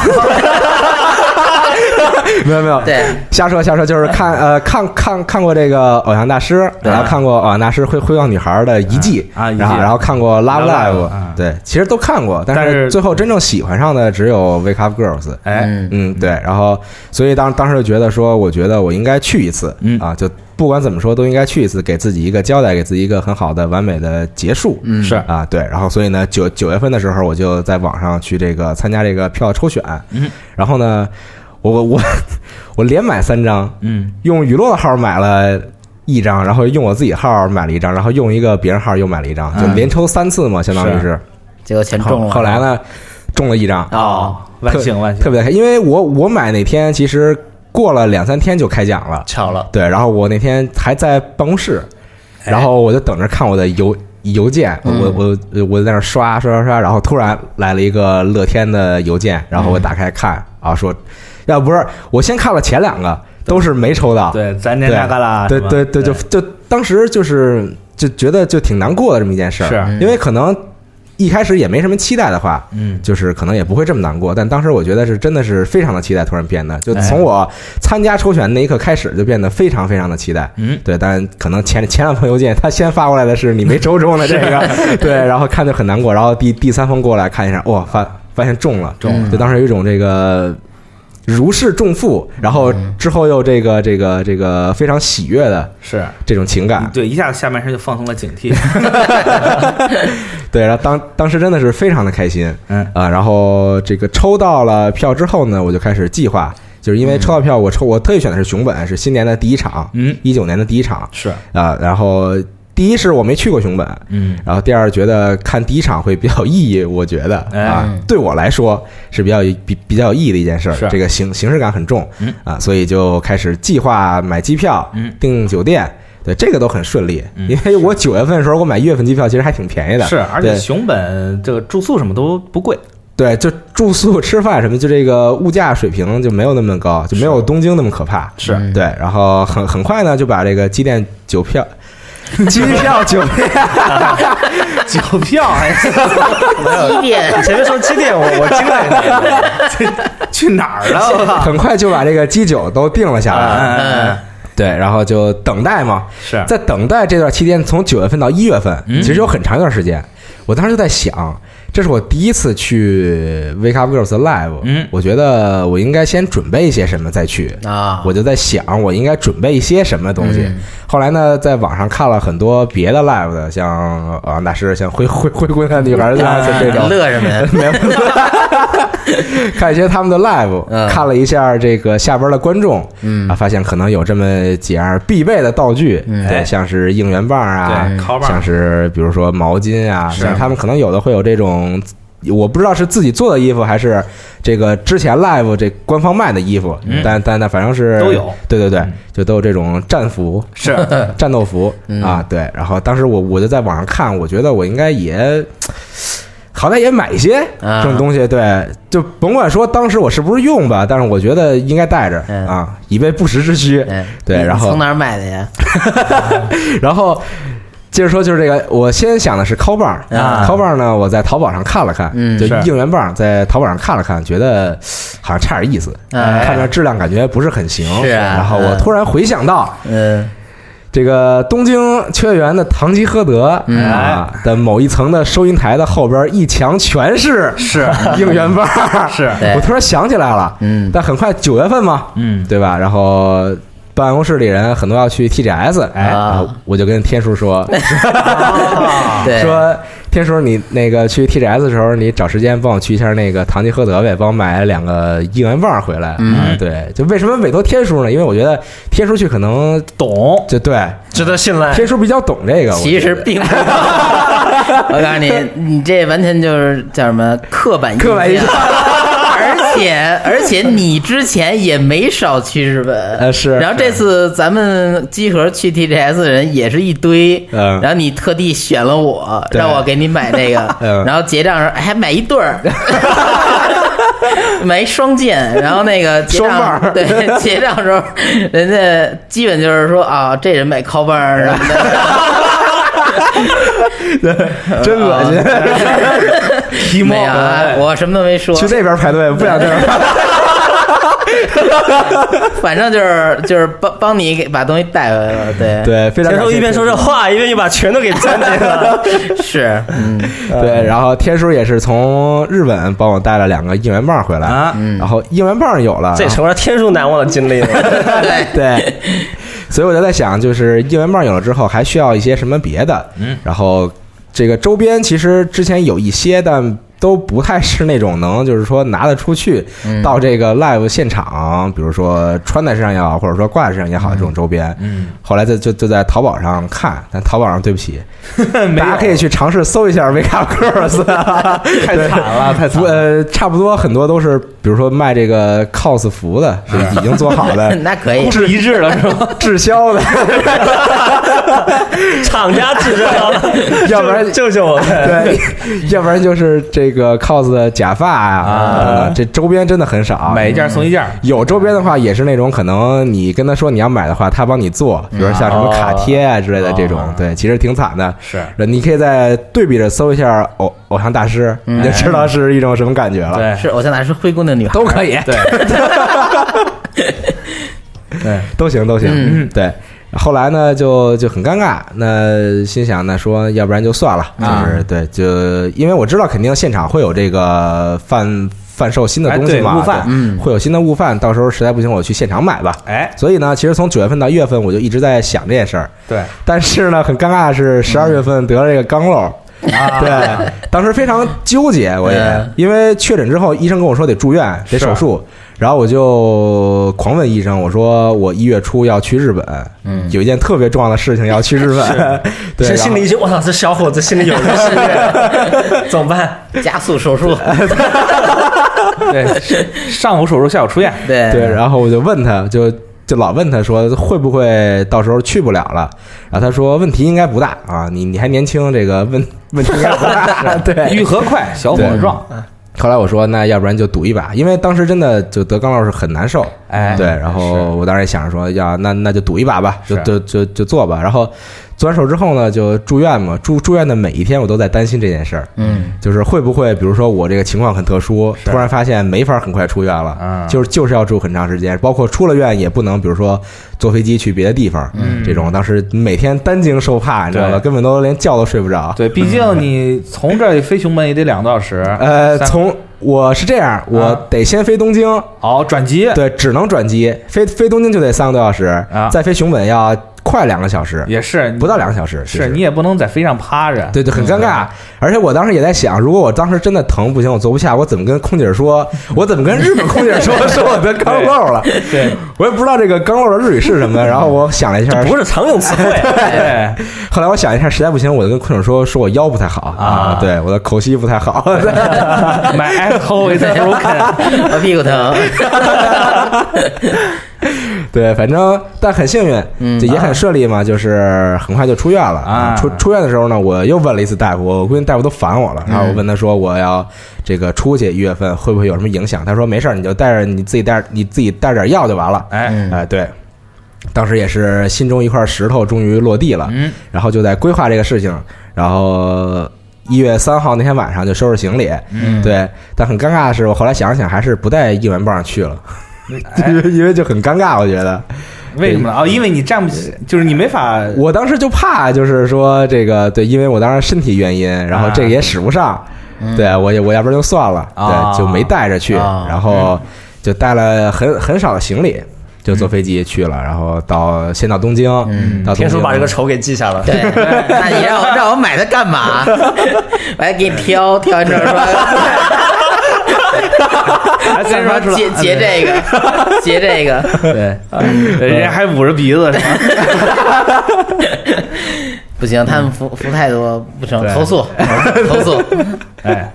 B: 没有没有，
A: 对，
B: 瞎说瞎说，就是看呃看看看过这个《偶像大师》，然后看过《偶像大师》《会会望女孩》的遗迹
D: 啊啊遗迹
B: 然后然后看过《Love
D: Love
B: Live
D: Live，啊》，
B: 对，其实都看过，但
D: 但是
B: 是最后真正喜欢上的只有《Wake Up Girls》。
D: 哎，
A: 嗯
B: 嗯，对，然后所以当当时就觉得说，我觉得我应该去一次，
D: 嗯
B: 啊，就不管怎么说都应该去一次，给自己一个交代，给自己一个很好的完美的结束，
A: 嗯
D: 是
B: 啊，对，然后所以呢，九九月份的时候，我就在网上去这个参加这个票抽选，
D: 嗯，
B: 然后呢，我我我连买三张，
D: 嗯，
B: 用雨落的号买了。一张，然后用我自己号买了一张，然后用一个别人号又买了一张，就连抽三次嘛，相当于
D: 嗯是
B: 是。
D: 啊
A: 结果全中
B: 后
A: 了。
B: 后来呢，中了一张，
A: 哦，
D: 万幸万幸，
B: 特别开心，因为我我买那天其实过了两三天就开奖了，
C: 巧了，
B: 对，然后我那天还在办公室，
D: 哎
B: 然后我就等着看我的邮邮件，我
D: 嗯
B: 我我我在那儿刷刷刷刷，然后突然来了一个乐天的邮件，然
D: 嗯
B: 后我打开看啊，说要不是我先看了前两个都是没抽到，
D: 对，咱年大嘎啦，
B: 对
D: 是吧
B: 对对，就就当时就是就觉得就挺难过的这么一件事儿，
D: 是
B: 因为可能一开始也没什么期待的话，
D: 嗯，
B: 就是可能也不会这么难过，但当时我觉得是真的是非常的期待，突然变得，就从我参加抽选那一刻开始，就变得非常非常的期待。
D: 嗯，
B: 对，但可能前前两封邮件他先发过来的是你没抽中的这个，对，然后看着很难过，然后第第三封过来看一下，哇，发发现中了，
A: 中了
B: 就当时有一种这个。如释重负，然后之后又这个这个这个非常喜悦的
D: 是
B: 这种情感，
D: 嗯对，一下子下半身就放松了警惕，
B: (laughs) 对，然后当当时真的是非常的开心，
D: 嗯
B: 啊，然后这个抽到了票之后呢，我就开始计划，就是因为抽到票，我抽我特意选的是熊本，是新年的第一场，
D: 嗯，
B: 一九年的第一场
D: 是，
B: 啊，然后第一是我没去过熊本，
D: 嗯，
B: 然后第二觉得看第一场会比较有意义，我觉得
D: 哎
B: 啊，对我来说是比较有比比较有意义的一件事儿
D: 是，啊
B: 这个形形式感很重
D: 嗯，
B: 啊，所以就开始计划买机票
D: 嗯、
B: 订酒店。对，这个都很顺利，
D: 嗯
B: 因为我九月份的时候，我买一月份机票其实还挺便宜的，
D: 是，而
B: 对
D: 且熊本这个住宿什么都不贵， (laughs)
B: 对，就住宿、吃饭什么，就这个物价水平就没有那么高，就没有东京那么可怕。
D: 是
A: 嗯
B: 对，然后很很快呢，就把这个机电酒票、机票酒店，
D: 酒票
B: (laughs)
D: 还是
A: 基点
C: (laughs) 你前面说七点，我我惊了一下。 (laughs)
D: 去哪儿了？我靠！
B: 很快就把这个基酒都定了下来。
A: 嗯
B: 对，然后就等待嘛，
D: 是
B: 在等待这段期间，从九月份到一月份，其实有很长一段时间。我当时就在想，这是我第一次去 Wake Up Girls Live，
D: 嗯
B: 我觉得我应该先准备一些什么再去。
A: 啊，
B: 我就在想，我应该准备一些什么东西。
A: 嗯
B: 后来呢，在网上看了很多别的 live 的，像王大师，像灰灰灰姑娘女儿
A: 啊
B: 啊这种，
A: 乐什么
B: (laughs)
A: 呀？
B: 看一些他们的 live，、
A: 嗯
B: 看了一下这个下边的观众，
A: 嗯
B: 啊，发现可能有这么几样必备的道具，
A: 嗯
B: 对，像是应援棒啊，
D: 对烤棒
B: 像是比如说毛巾啊，
A: 是
B: 像他们可能有的会有这种。我不知道是自己做的衣服还是这个之前 live 这官方卖的衣服，
D: 嗯
B: 但但但反正是
D: 都有，
B: 对对对，就都有这种战服、
D: 是，
B: (laughs) 战斗服
A: 嗯
B: 啊，对。然后当时我我就在网上看，我觉得我应该也好歹也买一些
A: 啊
B: 这种东西，对，就甭管说当时我是不是用吧，但是我觉得应该带着
A: 嗯
B: 啊，以备不时之需。
A: 嗯
B: 对，
A: 你
B: 然后
A: 从哪儿买的呀？
B: 然后接着说，就是这个，我先想的是敲棒儿
A: 啊
B: 敲棒儿呢，我在淘宝上看了看，
A: 嗯
B: 就是应援棒儿在淘宝上看了看，觉得好像差点意思，
A: 哎
B: 看着质量感觉不是很行。
A: 是啊
B: 然后我
A: 嗯
B: 突然回想到，
A: 嗯
B: 这个东京秋叶原的唐吉诃德、
A: 嗯
B: 啊的某一层的收银台的后边一墙全是
D: 是
B: (laughs) 应援棒，
A: (laughs)
D: 是
A: 对
B: 我突然想起来了，
A: 嗯
B: 但很快九月份嘛，
D: 嗯，
B: 对吧？然后办公室里人很多要去 TGS，哎，
A: 啊
B: 然后我就跟天叔说，
A: (laughs) 对，
B: 啊说天叔你那个去 TGS 的时候，你找时间帮我去一下那个唐吉诃德呗，帮我买两个应援棒回来。
A: 嗯
B: 啊对，就为什么委托天叔呢？因为我觉得天叔去可能
D: 懂
B: 就对。
C: 值得信赖。
B: 天叔比较懂这个，我
A: 其
B: 觉
A: 实
B: 得
A: 并不。 (laughs) 我告诉你，你这完全就是叫什么刻板
B: 刻板印象
A: 而且而且你之前也没少去日本，
B: 呃是
A: 然后这次咱们集合去 TGS 的人也是一堆，
B: 嗯
A: 然后你特地选了我，
B: 对
A: 让我给你买那个，
B: (laughs) 嗯
A: 然后结账时候还买一对
B: (laughs)
A: 儿。买一双剑，然后那个结
B: 双棒
A: 账
B: 儿
A: 对结账时候，人家基本就是说啊，这人买靠棒儿什么的，
B: (laughs) 真恶心，
D: 提
A: 没
B: (laughs)
A: 有啊，我什么都没说，
B: 去那边排队不想这边排队。
A: (laughs) 反正就是就是帮帮你给把东西带回来了，对
B: (laughs) 对，非常
C: 天
B: 感
C: 叔
B: 谢
C: 一边说这话，一边就把拳头给攥紧
B: (laughs)
C: 了。
A: 是，
D: (laughs)
A: 嗯
B: 对，然后天叔也是从日本帮我带了两个应援棒回来，
D: 啊
B: 然后应援棒有了，
C: 这也成为了天叔难忘的经
B: (laughs)
C: 历了。
A: 对，
B: 对，所以我就在想，就是应援棒有了之后，还需要一些什么别的？
D: 嗯，
B: 然后这个周边其实之前有一些，但都不太是那种能就是说拿得出去
A: 嗯
B: 到这个 live 现场，比如说穿在身上也好，或者说挂在身上也好，这种周边。
D: 嗯，
B: 后来就就就在淘宝上看，但淘宝上对不起，
D: (laughs) 没
B: 大家可以去尝试搜一下 Wake Up Girls，
D: (laughs) 太惨了，太惨
B: 不
D: 了。
B: 呃，差不多很多都是，比如说卖这个 cos 服的，
D: (laughs)
B: 是已经做好的，
A: 那可以，
D: 是一致了是吧？
B: 滞销
D: (laughs)
B: 的，
C: 厂家指着他，
B: (laughs) 要不然
C: (laughs) 救救救我们！
B: 对， (laughs) 要不然就是这个 cos 的假发啊，等等这周边真的很少。
D: 买一件送一件，
B: 有周边的话，也是那种可能你跟他说你要买的话，他帮你做，
D: 嗯
B: 比如像什么卡贴啊之类的这种，对，其实挺惨的。
D: 哦是
B: 你可以在对比着搜一下偶偶像大师，你就知道是一种什么感觉了。
D: 嗯对啊
A: 是我想哪是灰姑娘女孩，
B: 都可以，
D: 对对，
B: (laughs) 都行都行，
A: 嗯
B: 对。后来呢，就就很尴尬，那心想那说，要不然就算了，
D: 啊
B: 就是、对，就因为我知道肯定现场会有这个贩贩售新的东西
D: 哎
B: 嘛，
D: 对物贩
B: 对
A: 嗯
B: 会有新的物贩，到时候实在不行我去现场买吧。 (laughs)
D: 哎，
B: 所以呢，其实从九月份到一月份，我就一直在想这件事儿。
D: 对，
B: 但是呢，很尴尬的是，十二月份得了这个肛瘘，
D: 啊
B: (laughs) 对，当时非常纠结，我也
A: 嗯
B: 因为确诊之后，医生跟我说得住院，得手术，然后我就狂问医生，我说我一月初要去日本，
A: 嗯
B: 有一件特别重要的事情要去日本， (laughs) 对，
C: 这
B: 然
C: 心
B: 后
C: 里已经，我操，这小伙子心里有人是
B: (laughs)
C: 的，怎么办？
A: 加速手
D: (laughs)
A: 术，
D: 对，是上午手术，下午出院，
A: 对
B: 对，然后我就问他，就就老问他说会不会到时候去不了了，然后他说问题应该不大
D: (laughs)
B: 啊，你你还年轻，这个问问题应该不大，对， (laughs)
D: 愈合快，小火
B: 对
D: 壮，
B: 后来我说，那要不然就赌一把，因为当时真的就得肛瘘是很难受，
D: 哎
B: 对，然后我当时也想着说，要那那就赌一把吧，就是就就就做吧。然后做完手之后呢，就住院嘛，住住院的每一天我都在担心这件事儿，
A: 嗯，
B: 就是会不会，比如说我这个情况很特殊，
D: 是
B: 突然发现没法很快出院了，
D: 嗯
B: 就是就是要住很长时间，包括出了院也不能，比如说坐飞机去别的地方，
D: 嗯
B: 这种当时每天担惊受怕，你知道吧？
D: 对
B: 根本都连觉都睡不着。
D: 对，毕竟你从这儿飞熊本也得两个多小时，
B: 嗯呃，
D: 三啊
B: 从我是这样，我得先飞东京，
D: 哦转机，
B: (laughs) 对，只能转机，飞飞东京就得三个多小时，
D: 啊
B: 再飞熊本要快两个小时，
D: 也是
B: 不到两个小时，其
D: 是
B: 实
D: 你也嗯不能在飞上趴着，
B: 对对，很尴尬。而且我当时也在想，如果我当时真的疼不行，我坐不下，我怎么跟空姐说？我怎么跟日本空姐
D: (laughs)
B: 说说我得肛瘘了？
D: 对
B: 我也不知道这个肛瘘的日语是什么。然后我想了一下，
C: 不是常用词汇，
D: (laughs)
B: (laughs)
D: 对，
B: 后来我想一下，实在不行，我就跟空姐说，说我腰不太好
D: 啊
B: 对，我的口吸不太
D: (laughs)
B: 好。
D: My asshole is broken，
A: 我屁股疼，
B: (laughs) 对，反正但很幸运，
A: 嗯
B: 这也很顺利嘛，就是很快就出院了。
D: 啊
B: 出出院的时候呢，我又问了一次大夫，我估计大夫都烦我了。然后我问他说，我要这个出去一月份会不会有什么影响？他说没事儿，你就带着你自己带着你自己带着点药就完了。
D: 哎，
A: 嗯
B: 哎，对。当时也是心中一块石头终于落地了，
D: 嗯，
B: 然后就在规划这个事情，然后一月三号那天晚上就收拾行李，
A: 嗯，
B: 对，但很尴尬的是，我后来想了想，还是不带应援棒去了，
A: 哎
B: (laughs) 因为因为就很尴尬，我觉得，
D: 为什么呢？哦，因为你站不起，就是你没法， (laughs)
B: 我当时就怕，就是说这个对，因为我当时身体原因，然后这个也使不上，
A: 嗯
B: 对我也我要不然就算了，
D: 啊
B: 对，就没带着去，
A: 啊
B: 然后就带了很很少的行李，就
D: 嗯
B: 坐飞机去了，然后到先到东京，
A: 嗯
B: 到东京
C: 天叔把这个仇给记下了。
D: (laughs)
A: 对，那你让我让我买它干嘛？ (laughs) 我还给你挑，挑完之后说
D: (laughs) 还
A: 再
D: 散
A: (laughs) 说
D: 发出来啊
A: 结结这 (laughs) 个，结这个，
B: 嗯
D: 对，人家还捂着鼻子，
A: 不行，他们服服太多不成，
D: (laughs) 对
A: 投诉，投诉，
D: 哎，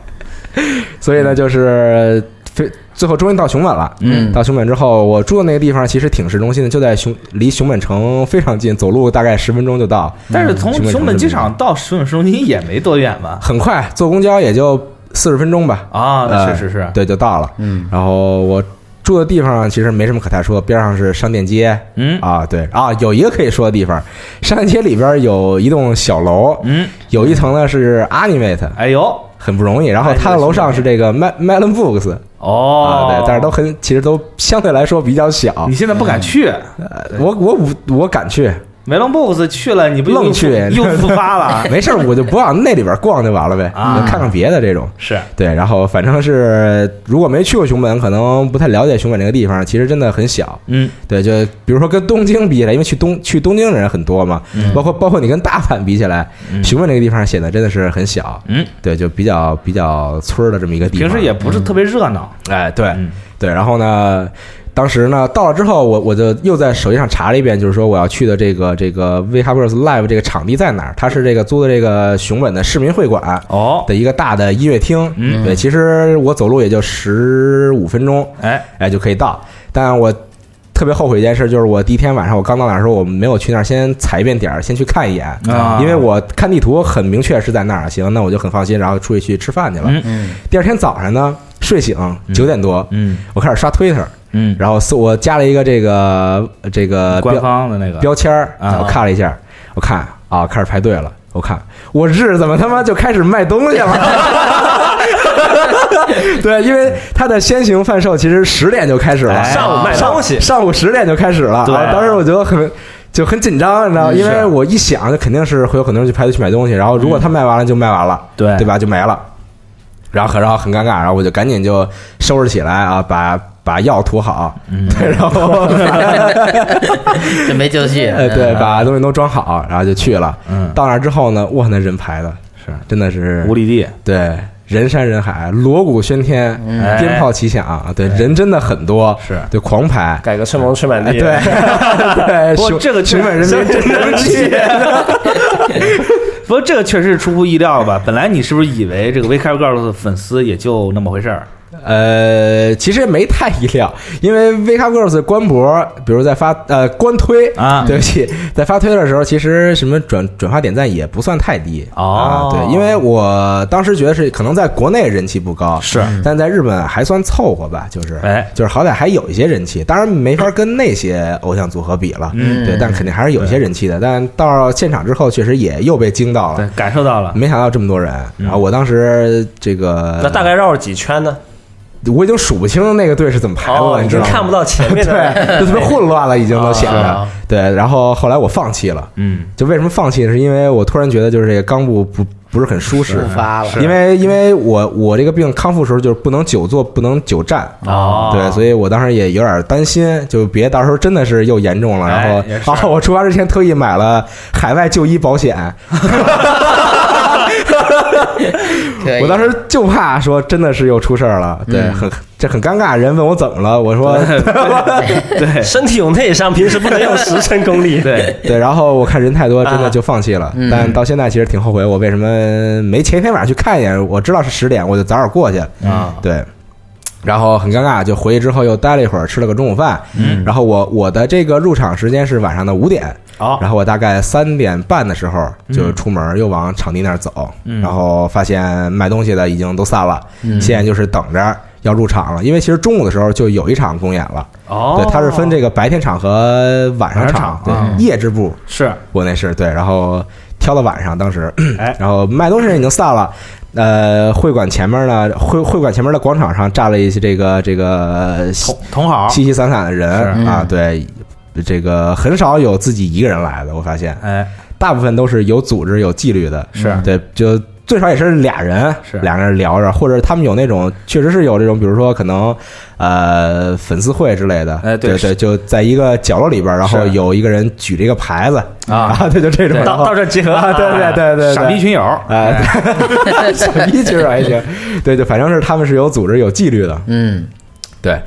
B: 所以呢，就是非最后终于到熊本了。
A: 嗯
B: 到熊本之后，我住的那个地方其实挺市中心的，就在熊离熊本城非常近，走路大概十分钟就到。
D: (laughs)
B: 嗯
D: 但是从
B: 熊本
D: 熊本
B: 城
D: 机场到熊本市中心也没多远吧？
B: 很快坐公交也就四十分钟吧。
D: 啊，那
B: 呃
D: 是是是，
B: 对，就到了。
A: 嗯
B: 然后我住的地方其实没什么可太说，边上是商店街。
D: 嗯
B: 啊，对啊，有一个可以说的地方，商店街里边有一栋小楼，
D: 嗯，
B: 有一层呢是 Animate，
D: 哎呦，
B: 很不容易。然后它的楼上是这个 Mel Melon Books，
D: 哦，
B: 啊，对，但是都很，其实都相对来说比较小
D: 你。现在不敢去，
B: 呃我我我我敢去，
D: 梅隆 box 去了，你不又
B: 愣去 (laughs)
D: 又复发了？
B: 没事儿，我就不往那里边逛就完了呗，
D: 啊
B: 我看看别的这种。
D: 是，
B: 对，然后反正是如果没去过熊本，可能不太了解熊本这个地方，其实真的很小。
D: 嗯，
B: 对，就比如说跟东京比起来，因为去东去东京的人很多嘛，
D: 嗯
B: 包括包括你跟大阪比起来，熊本这个地方显得真的是很小。
D: 嗯，
B: 对，就比较比较村儿的这么一个地方。
D: 平时也不是特别热闹，
B: 哎，对、
D: 嗯
B: 对，然后呢，当时呢到了之后，我我就又在手机上查了一遍，就是说我要去的这个这个 v h u b e r s Live 这个场地在哪儿？它是这个租的这个熊本的市民会馆
D: 哦，
B: 的一个大的音乐厅。
D: 嗯
B: 对，其实我走路也就十五分钟，
D: 哎，
B: 哎就可以到，但我。特别后悔一件事，就是我第一天晚上我刚到那儿的时候，我没有去那儿先踩一遍点儿，先去看一眼，
D: 啊
B: 因为我看地图很明确是在那儿，行，那我就很放心，然后出去去吃饭去了。
D: 嗯
A: 嗯
B: 第二天早上呢，睡醒九点多，
D: 嗯
B: 我开始刷 Twitter，
D: 嗯，
B: 然后搜我加了一个这个这个
D: 官
B: 标
D: 方的那个
B: 标签儿，
D: 啊
B: 我看了一下，我看啊，开始排队了。我看我日，怎么他妈就开始卖东西了？ (laughs) 对，因为它的先行贩售其实十点就开始了，
D: 哎
C: (laughs) 上午卖东西，
B: 上午十点就开始了。
D: 对
B: 啊当时我就很就很紧张，你知道吗，
D: 嗯
B: 因为
D: 是嗯
B: 我一想，就肯定是会有很多人去排队去买东西，然后如果他卖完了就卖完了，
D: 对
B: 对吧？就没了。然后很然后很尴尬，然后我就赶紧就收拾起来啊，把把药涂好，
D: 嗯
B: (laughs) 对，然后
A: 准备就绪，
D: 哎
B: 呃对，把东西都装好，然后就去了。
D: 嗯
B: 到那儿之后呢，哇，那人排的
D: 是
B: 真的是
D: 无里地，
B: 对，人山人海，锣鼓喧天，
D: 嗯
B: 鞭炮齐响，啊对，人真的很多，
D: 哎是
B: 对，狂排，
C: 改革春风吹满
B: 哎，
C: 地。
B: 对，对，
D: (laughs) 不过
B: 熊
D: 这个确
B: 熊本人民真能
D: (laughs)
B: 气，
D: 不过这个确实是出乎意料吧？本来你是不是以为这个 w a k e Up Girls 的粉丝也就那么回事儿？
B: 呃，其实没太意料，因为 v i c a Girls 官博，比如在发呃官推
D: 啊
B: 对不起，在发推的时候，其实什么转转发点赞也不算太低
D: 哦
B: 啊，对，因为我当时觉得是可能在国内人气不高，
D: 是
B: 但在日本还算凑合吧，就是
D: 哎
B: 就是好歹还有一些人气，当然没法跟那些偶像组合比了，
D: 嗯
B: 对，但肯定还是有一些人气的，但到现场之后，确实也又被惊到了
D: 对。，感受到了，
B: 没想到这么多人
D: 嗯
B: 啊！我当时这个
C: 那大概绕了几圈呢？
B: 我已经数不清那个队是怎么排
C: 哦，
B: 了，
C: 已
B: 你知
C: 经
B: 道吗？
C: 看不到前面的。
B: 对，就特别混乱了，已经都显得
A: 啊
B: 对。然后后来我放弃了，
D: 嗯，
B: 就为什么放弃呢？是因为我突然觉得就是这个冈部不不是很舒适
A: 复，发了，
B: 因为因为我我这个病康复时候就是不能久坐，不能久站。
C: 啊
D: 哦
B: 对，所以我当时也有点担心，就别到时候真的是又严重了。然后
D: 哎也，是
B: 然后我出发之前特意买了海外就医保险，
A: 可以
B: 我当时就怕说真的是又出事儿了，对，
A: 嗯
B: 很这很尴尬。人问我怎么了，我说
D: 嗯
B: (laughs)
D: 对
C: 身体有内伤，平时不能用十成功力。
D: 对，
B: 对，然后我看人太多，真的
C: 啊
B: 就放弃了。
A: 嗯
B: 但到现在其实挺后悔，我为什么没前一天晚上去看一眼？我知道是十点，我就早点过去。
D: 啊，
B: 对，然后很尴尬，就回去之后又待了一会儿，吃了个中午饭。
D: 嗯
B: 然后我我的这个入场时间是晚上的五点，
D: 好，
B: 然后我大概三点半的时候就出门，又往场地那儿走，
D: 嗯
B: 然后发现卖东西的已经都散了，现在就是等着要入场了。因为其实中午的时候就有一场公演了，
D: 哦，
B: 对，它是分这个白天场和晚上
D: 晚上
B: 场，
D: 场啊
B: 对，夜之部
D: 是，
B: 国内是对，然后挑到晚上，当时，
D: 哎
B: (clears throat) 然后卖东西人已经散了。呃，会馆前面呢，会会馆前面的广场上站了一些这个这个
D: 同同好，
B: 稀稀散散的人
D: 是
B: 啊，
A: 嗯
B: 对，这个很少有自己一个人来的，我发现
D: 哎，
B: 大部分都是有组织、有纪律的，
D: 是
B: 对，就最少也是俩人，
D: 是
B: 俩人聊着，或者他们有那种确实是有这种，比如说可能呃粉丝会之类的，
D: 哎对
B: 对
D: 是
B: 就在一个角落里边，然后
D: 是
B: 有一个人举着一个牌子
D: 啊，
B: (laughs) 对，就这种，
C: 到 (laughs)
B: 然后
C: 到这集合
B: 啊，对对对对，
D: 傻逼群友，
B: 哎， (laughs) 对傻逼其实还行，对，就反正是他们是有组织、有纪律的，
A: 嗯
B: 对。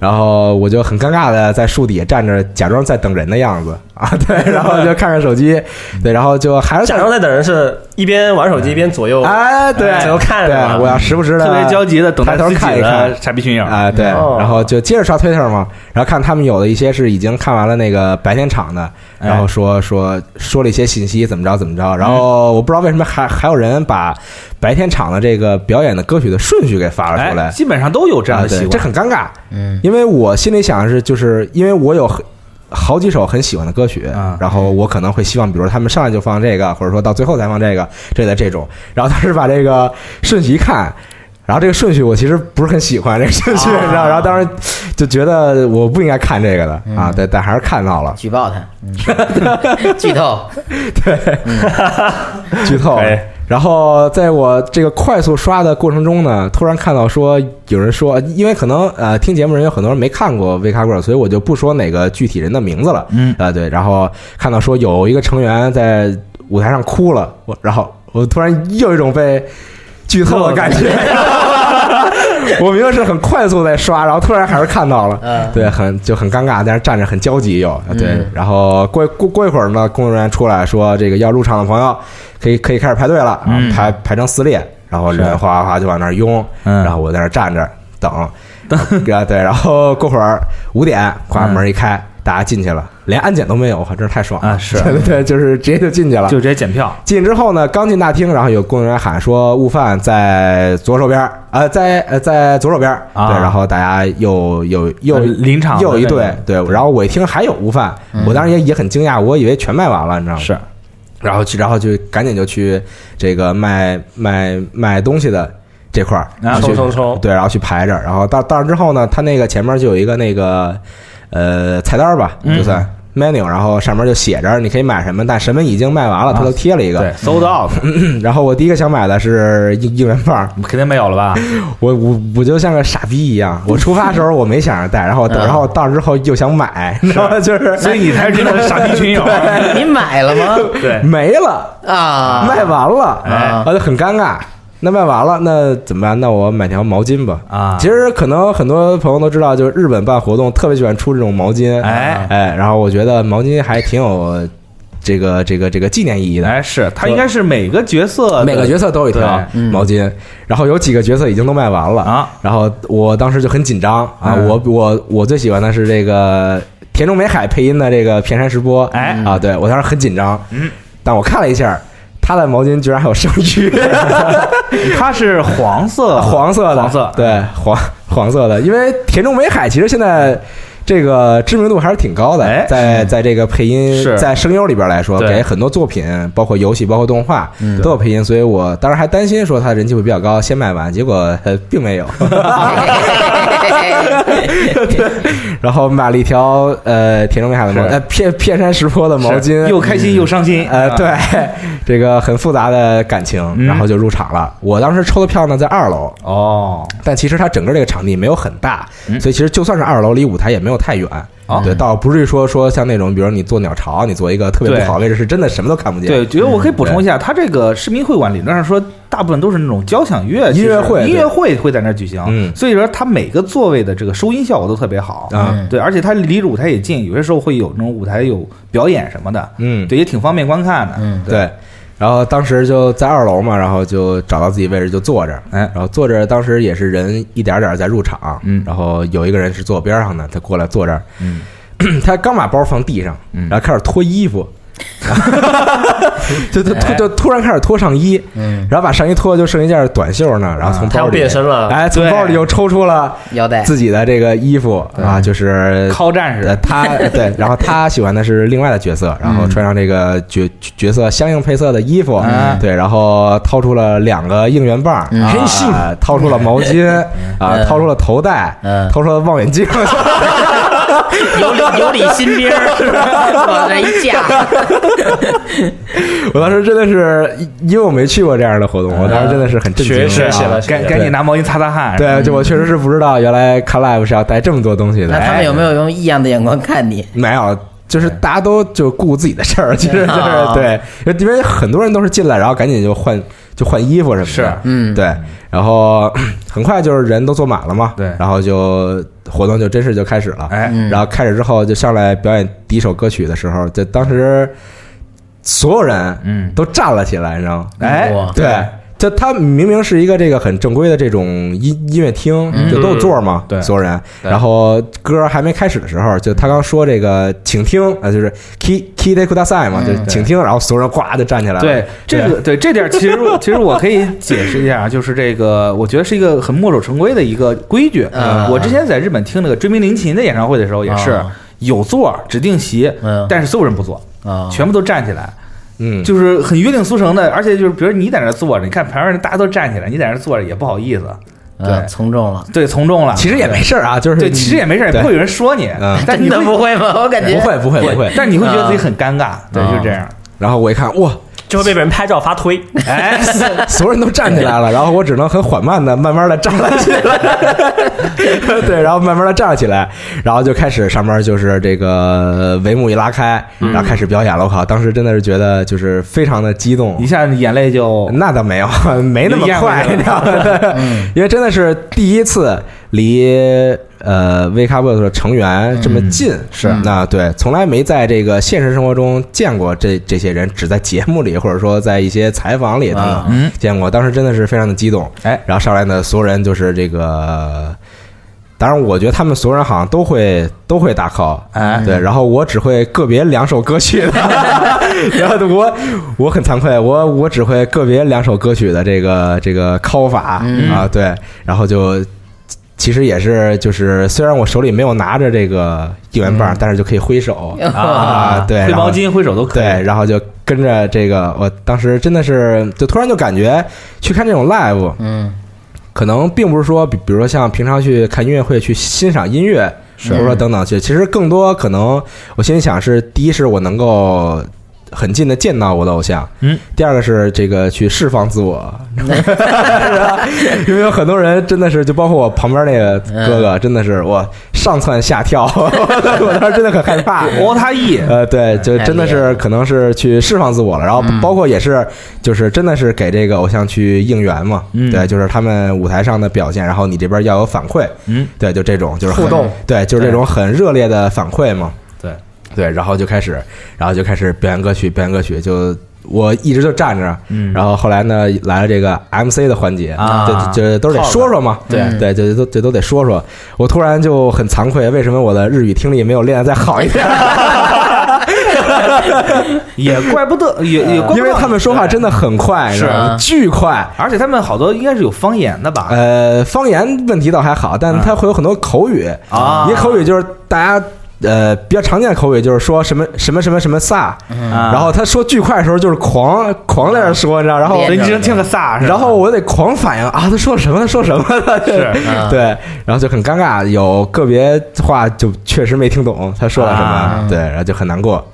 B: 然后我就很尴尬的在树底下站着，假装在等人的样子啊，对，然后就看看手机，对，然后就还是
C: 假装啊在等人是一边玩手机一边左右
B: 哎，对，
C: 左右看
B: 对
C: 着嘛，
B: 我要时不时的
D: 特别焦急的等待
B: 抬头
D: 自己
B: 看一看
D: 的傻逼群友，
B: 啊，对，
C: 哦
B: 然后就接着刷 Twitter 嘛，然后看他们有的一些是已经看完了那个白天场的，
D: 哎嗯
B: 然后说说说了一些信息怎么着怎么着，然后我不知道为什么还还有人把白天场的这个表演的歌曲的顺序给发了出来
D: 哎，，基本上都有这样的习
B: 啊对
D: 惯，
B: 这很尴尬，
A: 嗯，
B: 因为我心里想的是，就是因为我有很好几首很喜欢的歌曲
D: 啊，
B: 然后我可能会希望，比如他们上来就放这个，或者说到最后才放这个这类这种。然后当时把这个顺序一看，然后这个顺序我其实不是很喜欢这个顺序，你知道？然后当时就觉得我不应该看这个的啊，但但还是看到了，
A: 举报他，嗯剧透，
B: (laughs) 剧透
C: 哎。
B: 然后在我这个快速刷的过程中呢，突然看到说有人说，因为可能呃听节目人有很多人没看过《维卡棍》，所以我就不说哪个具体人的名字了。
D: 嗯
B: 啊，对，然后看到说有一个成员在舞台上哭了，我然后我突然又有一种被剧透的感觉。 (laughs) 我明明是很快速在刷，然后突然还是看到了，
A: 嗯
B: 对，很就很尴尬，但是站着很焦急又对，
A: 嗯
B: 然后过过过一会儿呢，工作人员出来说，这个要入场的朋友可以可以开始排队了，啊
D: 嗯
B: 排排成四列，然后
D: 是
B: 人哗哗哗就往那儿拥，
D: 嗯
B: 然后我在那儿站着
D: (laughs)
B: 等，啊对，然后过会儿五点，哗
D: 嗯
B: 门一开，大家进去了，连安检都没有，我靠，真是太爽了
D: 啊是
B: (laughs) 对对对，就是直接就进去了，
D: 就直接检票，
B: 进之后呢，刚进大厅，然后有工作人员喊说：“悟饭在左手边儿，呃，在呃在左手边儿。
D: 啊
B: 对，然后大家又又又
D: 呃临场的
B: 又一队
D: 那，嗯
B: 对。然后我一听还有悟饭，我当时也也很惊讶，我以为全卖完了，你知道吗？
D: 是
B: 然后去，然后就赶紧就去这个卖卖卖东西的这块儿，
D: 啊
B: 去
C: 冲冲冲
B: 对，然后去排着，然后到到那之后呢，他那个前面就有一个那个呃菜单儿吧，
D: 嗯
B: 就算。menu，然后上面就写着你可以买什么，但什么已经卖完了，他都贴了一个。
D: 啊对，sold out，
B: 嗯然后我第一个想买的是应应援棒，
D: 肯定没有
B: (laughs)
D: 了吧？
B: 我我我就像个傻逼一样，我出发的时候我没想着带，然后等
A: 嗯
B: 然后到之后又想买，你知道吗？就是
D: 所以你才是这种傻逼群友，啊
A: 你买了吗？
D: (laughs) 对，
B: 哎没了，
A: 啊，
B: 卖完了，
A: 哎
B: 啊就很尴尬。那卖完了，那怎么办？那我买条毛巾吧。
D: 啊
B: 其实可能很多朋友都知道，就是日本办活动特别喜欢出这种毛巾，啊
D: 哎
B: 哎，然后我觉得毛巾还挺有这个这个这个纪念意义的。
D: 哎，是他应该是每个角色的，
B: 每个角色都有一条
D: 对
A: 嗯
B: 毛巾，然后有几个角色已经都卖完了
D: 啊。
B: 然后我当时就很紧张啊，
D: 嗯
B: 我我我最喜欢的是这个田中美海配音的这个片山石波，
D: 哎
B: 啊，对我当时很紧张，
D: 嗯，
B: 但我看了一下，他的毛巾居然还有剩余，
D: 他是黄
B: (laughs)
D: 色，
B: 啊黄色的，
D: 黄色，
B: 对黄黄色的，因为田中美海其实现在。这个知名度还是挺高的，
D: 哎
B: 在在这个配音
D: 是
B: 在声优里边来说，
C: 对
B: 给很多作品，包括游戏、包括动画、
A: 嗯
B: 都有配音，所以我当时还担心说他人气会比较高，先卖完，结果呃并没有。然后买了一条呃田中美海的毛
D: 是
B: 呃片片山石坡的 (laughs) 毛巾，
D: 是又开心又伤心，
B: 呃，
D: 啊
B: 对，
D: (laughs)
B: 这个很复杂的感情，
D: 嗯
B: 然后就入场了。我当时抽的票呢在二楼，
D: 哦，
B: 但其实它整个这个场地没有很大，
D: 嗯
B: 所以其实就算是二楼离舞台也没有太远。
D: 哦
B: 对，倒不至于说说像那种，比如你坐鸟巢，你坐一个特别不
D: 对
B: 好的位置，是真的什么都看不见。
D: 对，觉得我可以补充一下，他这个市民会馆理论上说，大部分都是那种交响乐
B: 音
D: 其实
B: 乐会对
D: 音乐会会在那儿举行，
B: 嗯
D: 所以说它每个座位的这个收音效果都特别好，
B: 啊，
A: 嗯
D: 对，而且它离着舞台也近，有些时候会有那种舞台有表演什么的，
B: 嗯，
D: 对，也挺方便观看的，
A: 嗯
B: 对。然后当时就在二楼嘛，然后就找到自己位置就坐着，
D: 哎
B: 然后坐着当时也是人一点点儿在入场，
D: 嗯
B: 然后有一个人是坐我边上的，他过来坐这儿，
D: 嗯，
B: 他刚把包放地上，
D: 嗯
B: 然后开始脱衣服，就就突就突然开始脱上衣，
A: (laughs) 嗯，
B: 然后把上衣脱了，就剩一件短袖呢，然后从
C: 他
B: 包
C: 要
B: 里
C: 变身了，
B: 哎，从
D: 对
B: 包里又抽出了
A: 腰带，
B: 自己的这个衣服啊，就是
D: 靠战
B: 呃
D: 士，
B: 他对，然后他喜欢的是另外的角色，然
A: 嗯
B: 后穿上这个角角色相应配色的衣服
D: 嗯，
B: 对，然后掏出了两个应援棒，
A: 啊嗯
B: 啊
A: 黑
D: 信
B: 掏出了毛巾啊，
A: 嗯
B: 掏出了头带
A: 嗯，
B: 掏出了望远镜， (laughs)
A: 有理有理新兵儿是吧？往这一架，
B: 我当时真的是因为我没去过这样的活动，我当时真的是很震惊
C: 学学
B: 啊
C: 习了，学习
D: 赶
C: 了
D: 赶紧拿毛巾擦擦汗，
B: 对，就我确实是不知道，原来看 live 是要带这么多东西的。
A: 那他们有没有用异样的眼光看你？
B: 没有，就是大家都就顾自己的事儿，其实就是
A: 啊
B: 对，因为很多人都是进来，然后赶紧就换就换衣服什么的，
D: 是
A: 嗯，
B: 对，然后 (clears throat) 很快就是人都坐满了嘛，
D: 对
B: 然后就活动就真是就开始了，
D: 哎，
A: 嗯
B: 然后开始之后就上来表演第一首歌曲的时候，就当时所有人
D: 嗯，
B: 都站了起来，你知道吗？
D: 哎，
A: 哇
B: 嗯对，就它明明是一个这个很正规的这种音音乐厅，
A: 嗯
B: 就都有座嘛，
D: 对
B: 所有人。
D: 对
B: 然后歌还没开始的时候，就他刚说这个请听啊，就是 “ki ki de kudasai” 嘛，
A: 嗯
B: 就是请听，然后所有人呱就站起来了。
D: 对这个对这点，其实我其实我可以解释一下啊，就是这个，我觉得是一个很墨守成规的一个规矩。呃
A: 嗯
D: 我之前在日本听那个追名林琴的演唱会的时候，也是
B: 嗯
A: 啊
D: 有座指定席，
A: 嗯
D: 但是所有人不坐，
A: 啊，
D: 全部都站起来，
B: 嗯，
D: 就是很约定俗成的。而且就是，比如你在那儿坐着，你看旁边人大家都站起来，你在那儿坐着也不好意思，
A: 嗯
D: 对
A: 从众了，
D: 对，从众了。
B: 其实也没事儿啊，就是
D: 对，其实也没事，也
B: 对
D: 不会有人说你
B: 嗯，
D: 但
A: 真
D: 你
A: 的
D: 会
A: 不会吗？我感觉
B: 不会不会不会。嗯
D: 但你会觉得自己很尴尬，对，
A: 啊
D: 就这样。
B: 然后我一看，哇，
C: 就会被别人拍照发推，
D: 哎，
B: 所有人都站起
A: (laughs)
B: 来了，然后我只能很缓慢的、慢慢的站了起来，对，然后慢慢的站了起来，然后就开始上面就是这个呃帷幕一拉开，
A: 嗯
B: 然后开始表演了。我靠，当时真的是觉得就是非常的激动
D: 一，下眼泪就
B: 那倒没有，哦 (laughs) 没那么快，嗯
D: 就
B: 你知道 (laughs) 吗？因为真的是第一次离呃 w a k e Up 的成员这么近，是那对，从来没在这个现实生活中见过这这些人，只在节目里或者说在一些采访里等
A: 啊
B: 等见过。当时真的是非常的激动，
D: 哎，
B: 然后上来呢，所有人就是这个。当然，我觉得他们所有人好像都会都会打 call，
D: 哎
B: 对，然后我只会个别两首歌曲的， (laughs) 然后我我很惭愧，我我只会个别两首歌曲的这个这个 call 法、
A: 嗯
B: 啊，对，然后就其实也是就是虽然我手里没有拿着这个应援棒，但是就可以挥手啊，对，
D: 挥
B: 然后
D: 毛巾、挥手都可
B: (laughs)
D: 以。
B: 对，然后就跟着这个，我当时真的是就突然就感觉去看这种 live，
A: (laughs) 嗯
B: 可能并不是说，比比如说像平常去看音乐会去欣赏音乐，或者说等等去，其实更多可能我心里想是，第一是我能够很近的见到我的偶像，
D: 嗯，
B: 第二个是这个去释放自我， (laughs) 是吧？因为有很多人真的是，就包括我旁边那个哥哥，嗯真的是我上蹿下跳， (laughs) 我当时真的很害怕，
D: 哦，他一
B: 呃，对，就
D: 哎
A: 太
B: 真的
A: 厉害
B: 是
A: 了
B: 可能是去释放自我了，然后
A: 嗯
B: 包括也是就是真的是给这个偶像去应援嘛，
D: 嗯
B: 对，就是他们舞台上的表现，然后你这边要有反馈，
D: 嗯，
B: 对，就这种就是很
C: 互动，
B: 对，就是这种很热烈的反馈嘛，
D: 对。
B: 对，然后就开始，然后就开始表演歌曲，表演歌曲，就我一直就站着，
D: 嗯
B: 然后后来呢来了这个 MC 的环节，
D: 啊
B: 就就都得说说嘛，
A: 对
B: 对，就就都就都得说说，我突然就很惭愧，为什么我的日语听力没有练得再好一点？
D: 也怪
B: (laughs)
D: 不得，也也怪不得，
B: 因为他们说话真的很快，
D: 是
B: 你知
D: 啊
B: 道吗巨快。
D: 而且他们好多应该是有方言的吧？
B: 呃，方言问题倒还好，但它会有很多口语
D: 啊
B: 一个口语就是大家呃比较常见的口语就是说什么什么什么什么萨，
D: 啊
B: 嗯然后他说巨快的时候就是狂狂在那说，你知道，然后
A: 连
D: 人家听个飒，是吧
B: 然后我得狂反应啊，他说什么？他说什么？他 (laughs)
D: 是啊
A: 嗯
B: 对，然后就很尴尬，有个别话就确实没听懂他说了什么，
D: 啊
B: 对，然后就很难过，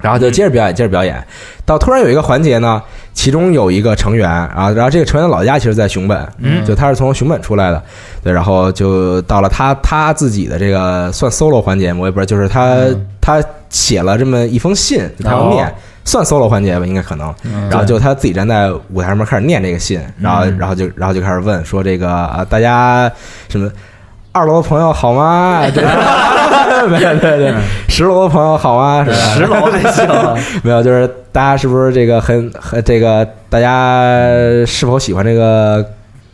B: 然后就接着表演，接着表演，到突然有一个环节呢，其中有一个成员啊，然后这个成员的老家其实在熊本，
D: 嗯
B: 就他是从熊本出来的，对，然后就到了他他自己的这个算 solo 环节吗，我也不知道，就是他、他写了这么一封信，他要念。算 solo 环节吧，应该可能。然后就他自己站在舞台上面开始念这个信，然后然后就然后就开始问说这个啊大家什么二楼的朋友好吗？对对对对，十楼的朋友好吗？是吧
D: 十楼还行，
B: (laughs) 没有，就是大家是不是这个很很这个大家是否喜欢这个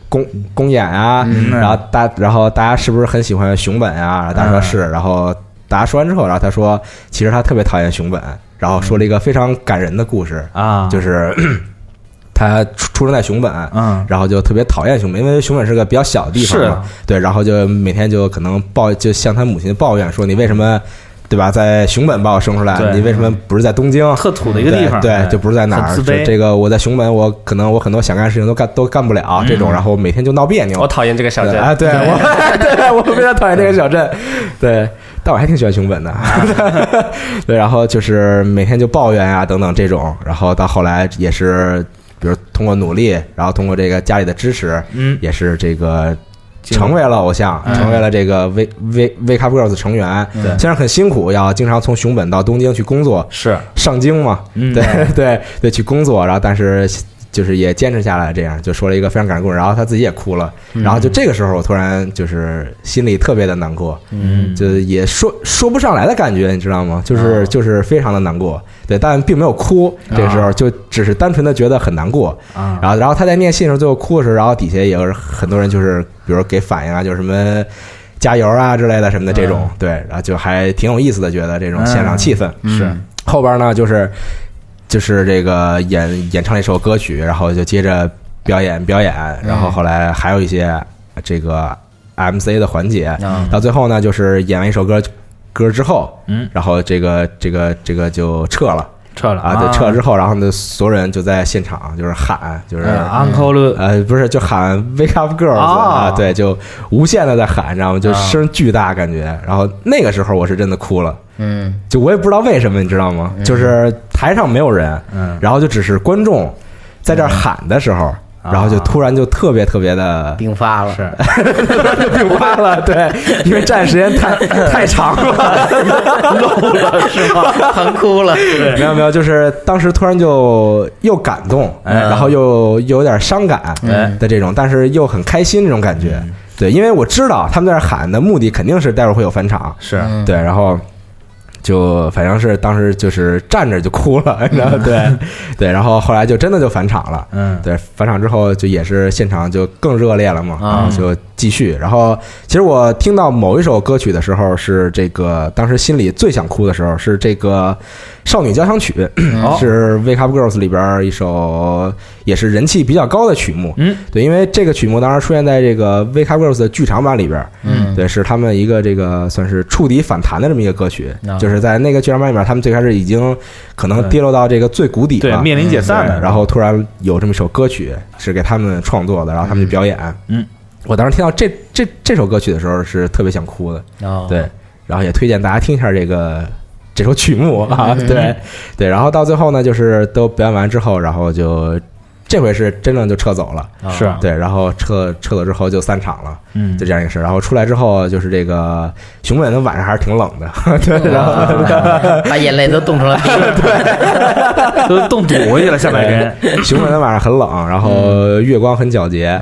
B: 公公演啊？
A: 嗯
B: 然后大然后大家是不是很喜欢熊本啊？然后大家说是，然后大家说完之后，然后他说其实他特别讨厌熊本，然后说了一个非常感人的故事，
D: 啊，
B: 就是 (clears throat) 他出出生在熊本，
D: 嗯，
B: 然后就特别讨厌熊本，因为熊本是个比较小的地方
D: 是
B: 嘛
D: 啊，
B: 对，然后就每天就可能抱就向他母亲抱怨说你为什么。对吧？在熊本把我生出来，
D: 对
B: 你为什么不是在东京？
D: 特土的一个地方，
B: 对，对就不是在哪儿，
D: 很自
B: 就
D: 卑
B: 这个我在熊本，我可能我很多想干的事情都干都干不
D: 嗯
B: 了这种，然后每天就闹别扭
D: 哦
C: 我。讨厌这个小
B: 对
C: 镇，
B: 啊，对我， (laughs) 对我非常讨厌这个小镇，对，但我还挺喜欢熊本的。 (laughs) 对，然后就是每天就抱怨啊等等这种，然后到后来也是，比如通过努力，然后通过这个家里的支持，
D: 嗯
B: 也是这个成为了偶像，
A: 嗯
B: 成为了这个 V V V Cup Girls 成员。
A: 对
B: 虽然很辛苦，要经常从熊本到东京去工作，
D: 是，
B: 上京嘛，
D: 嗯
B: 对 (laughs) 对对，去工作，然后但是就是也坚持下来，这样就说了一个非常感人的故事，然后他自己也哭了，
D: 嗯
B: 然后就这个时候我突然就是心里特别的难过，
D: 嗯
B: 就也说说不上来的感觉，你知道吗？就是
A: 哦
B: 就是非常的难过，对，但并没有哭，这个时候就只是单纯的觉得很难过，
D: 啊，
B: 然后然后他在念信的时候，最后哭的时候，然后底下也有很多人就是比如给反应啊，就是什么。加油啊之类的什么的这
D: 嗯
B: 种，对，然后就还挺有意思的，觉得这种现场气氛，
D: 是
B: 后边呢就是就是这个演演唱了一首歌曲，然后就接着表演表演，然后后来还有一些这个 MC 的环节，
A: 嗯
B: 到最后呢就是演完一首歌歌之后，
D: 嗯，
B: 然后这个这个这个就撤了
D: 撤了
B: 啊，对，撤了之后，然后呢所有人就在现场就是喊，
D: 嗯
B: 就是。
D: 啊，uncle
B: 呃，不是，就喊 “Wake up, girls”
D: 啊
B: 啊，对，就无限的在喊，你知道吗？就声巨大，感觉。然后那个时候我是真的哭了，
A: (laughs) 嗯
B: 就我也不知道为什么，你知道吗？就是台上没有人，
D: 嗯
B: 然后就只是观众在这儿喊的时候，
D: 嗯
B: 然后就突然就特别特
A: (laughs)
B: 别的
A: 并发了，
D: 是，
B: 就病发了， (laughs) 对，因为站时间太太长了，
A: 疼哭了，
B: 没有没有，就是当时突然就又感动，
D: 嗯
B: 然后又又有点伤感
A: 嗯
B: 的这种，但是又很开心这种感觉，对，因为我知道他们在那儿喊的目的肯定是待会儿会有返场，
D: 是
A: 嗯
B: 对，然后就反正是当时就是站着就哭了，然
A: 嗯
B: 后对对，然后后来就真的就返场了。
D: 嗯，
B: 对，返场之后就也是现场就更热烈了嘛，
A: 啊
B: 然后就继续。然后其实我听到某一首歌曲的时候，是这个当时心里最想哭的时候，是这个《少女交响曲》
D: 嗯
A: 哦
B: 是《Wake Up Girls》里边一首也是人气比较高的曲目。
D: 嗯，
B: 对，因为这个曲目当时出现在这个《Wake Up Girls》的剧场版里边，
A: 嗯
B: 对，是他们一个这个算是触底反弹的这么一个歌曲，
A: 啊
B: 就是在那个剧场版里面，他们最开始已经可能跌落到这个最谷底
D: 对，
B: 了，
D: 面临解
B: 对
D: 散的，
B: 然后突然有这么一首歌曲是给他们创作的，然后他们去表演。
D: 嗯，
B: 我当时听到这这这首歌曲的时候是特别想哭的，
A: 哦
B: 对，然后也推荐大家听一下这个这首曲目啊，
A: 嗯
B: 对对，然后到最后呢，就是都表演完之后，然后就这回是真正就撤走了，
A: 哦
D: 是啊
B: 对，然后撤撤走之后就散场了。
D: 嗯
B: 就这样一个事儿。然后出来之后，就是这个熊本的晚上还是挺冷的，对，然
D: 嗯
B: 后
A: 啊把眼泪都冻成了冰，
D: (laughs) 都冻堵回去了，下半
B: (laughs)
D: 身，
B: 熊本的晚上很冷，然后
D: 嗯
B: 月光很皎洁，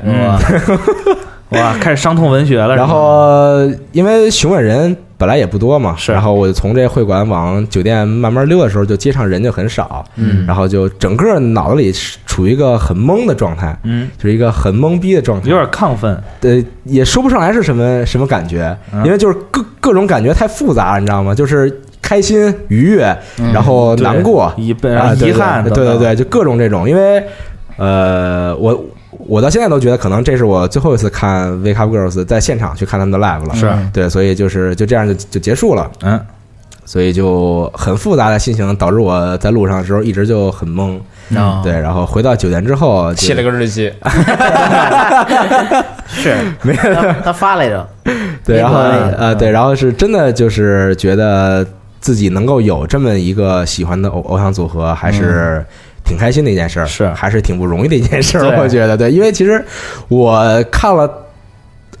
D: 哇，开始伤痛文学了，
B: 然后因为熊本人本来也不多嘛，
D: 是
B: 然后我就从这会馆往酒店慢慢溜的时候，就街上人就很少，
A: 嗯
B: 然后就整个脑子里处于一个很懵的状态，
D: 嗯，
B: 就是一个很懵逼的状态，
D: 有点亢奋，
B: 呃，也说不上来是什么什么感觉，
D: 嗯
B: 因为就是各各种感觉太复杂，你知道吗？就是开心、愉悦，然后
D: 嗯对
B: 哦难过、
D: 遗悲
B: 啊对
D: 遗憾
B: 对
D: 等
B: 对
D: 等，
B: 对对，就各种这种，因为呃，我我到现在都觉得可能这是我最后一次看 Wake Up Girls 在现场去看他们的 live 了，
D: 是
B: 对，所以就是就这样就就结束了，
D: 嗯，
B: 所以就很复杂的心情导致我在路上的时候一直就很懵，
A: 哦
B: 对，然后回到酒店之后就
C: 写了个日记，
B: 哎
A: 是没有他发来着，
B: 对，然后
A: 微博那个
B: 呃，
D: 嗯
B: 对，然后是真的就是觉得自己能够有这么一个喜欢的偶偶像组合，还是挺开心的一件事儿，
D: 嗯是
B: 还是挺不容易的一件事儿，
D: 对
B: 我觉得对，因为其实我看了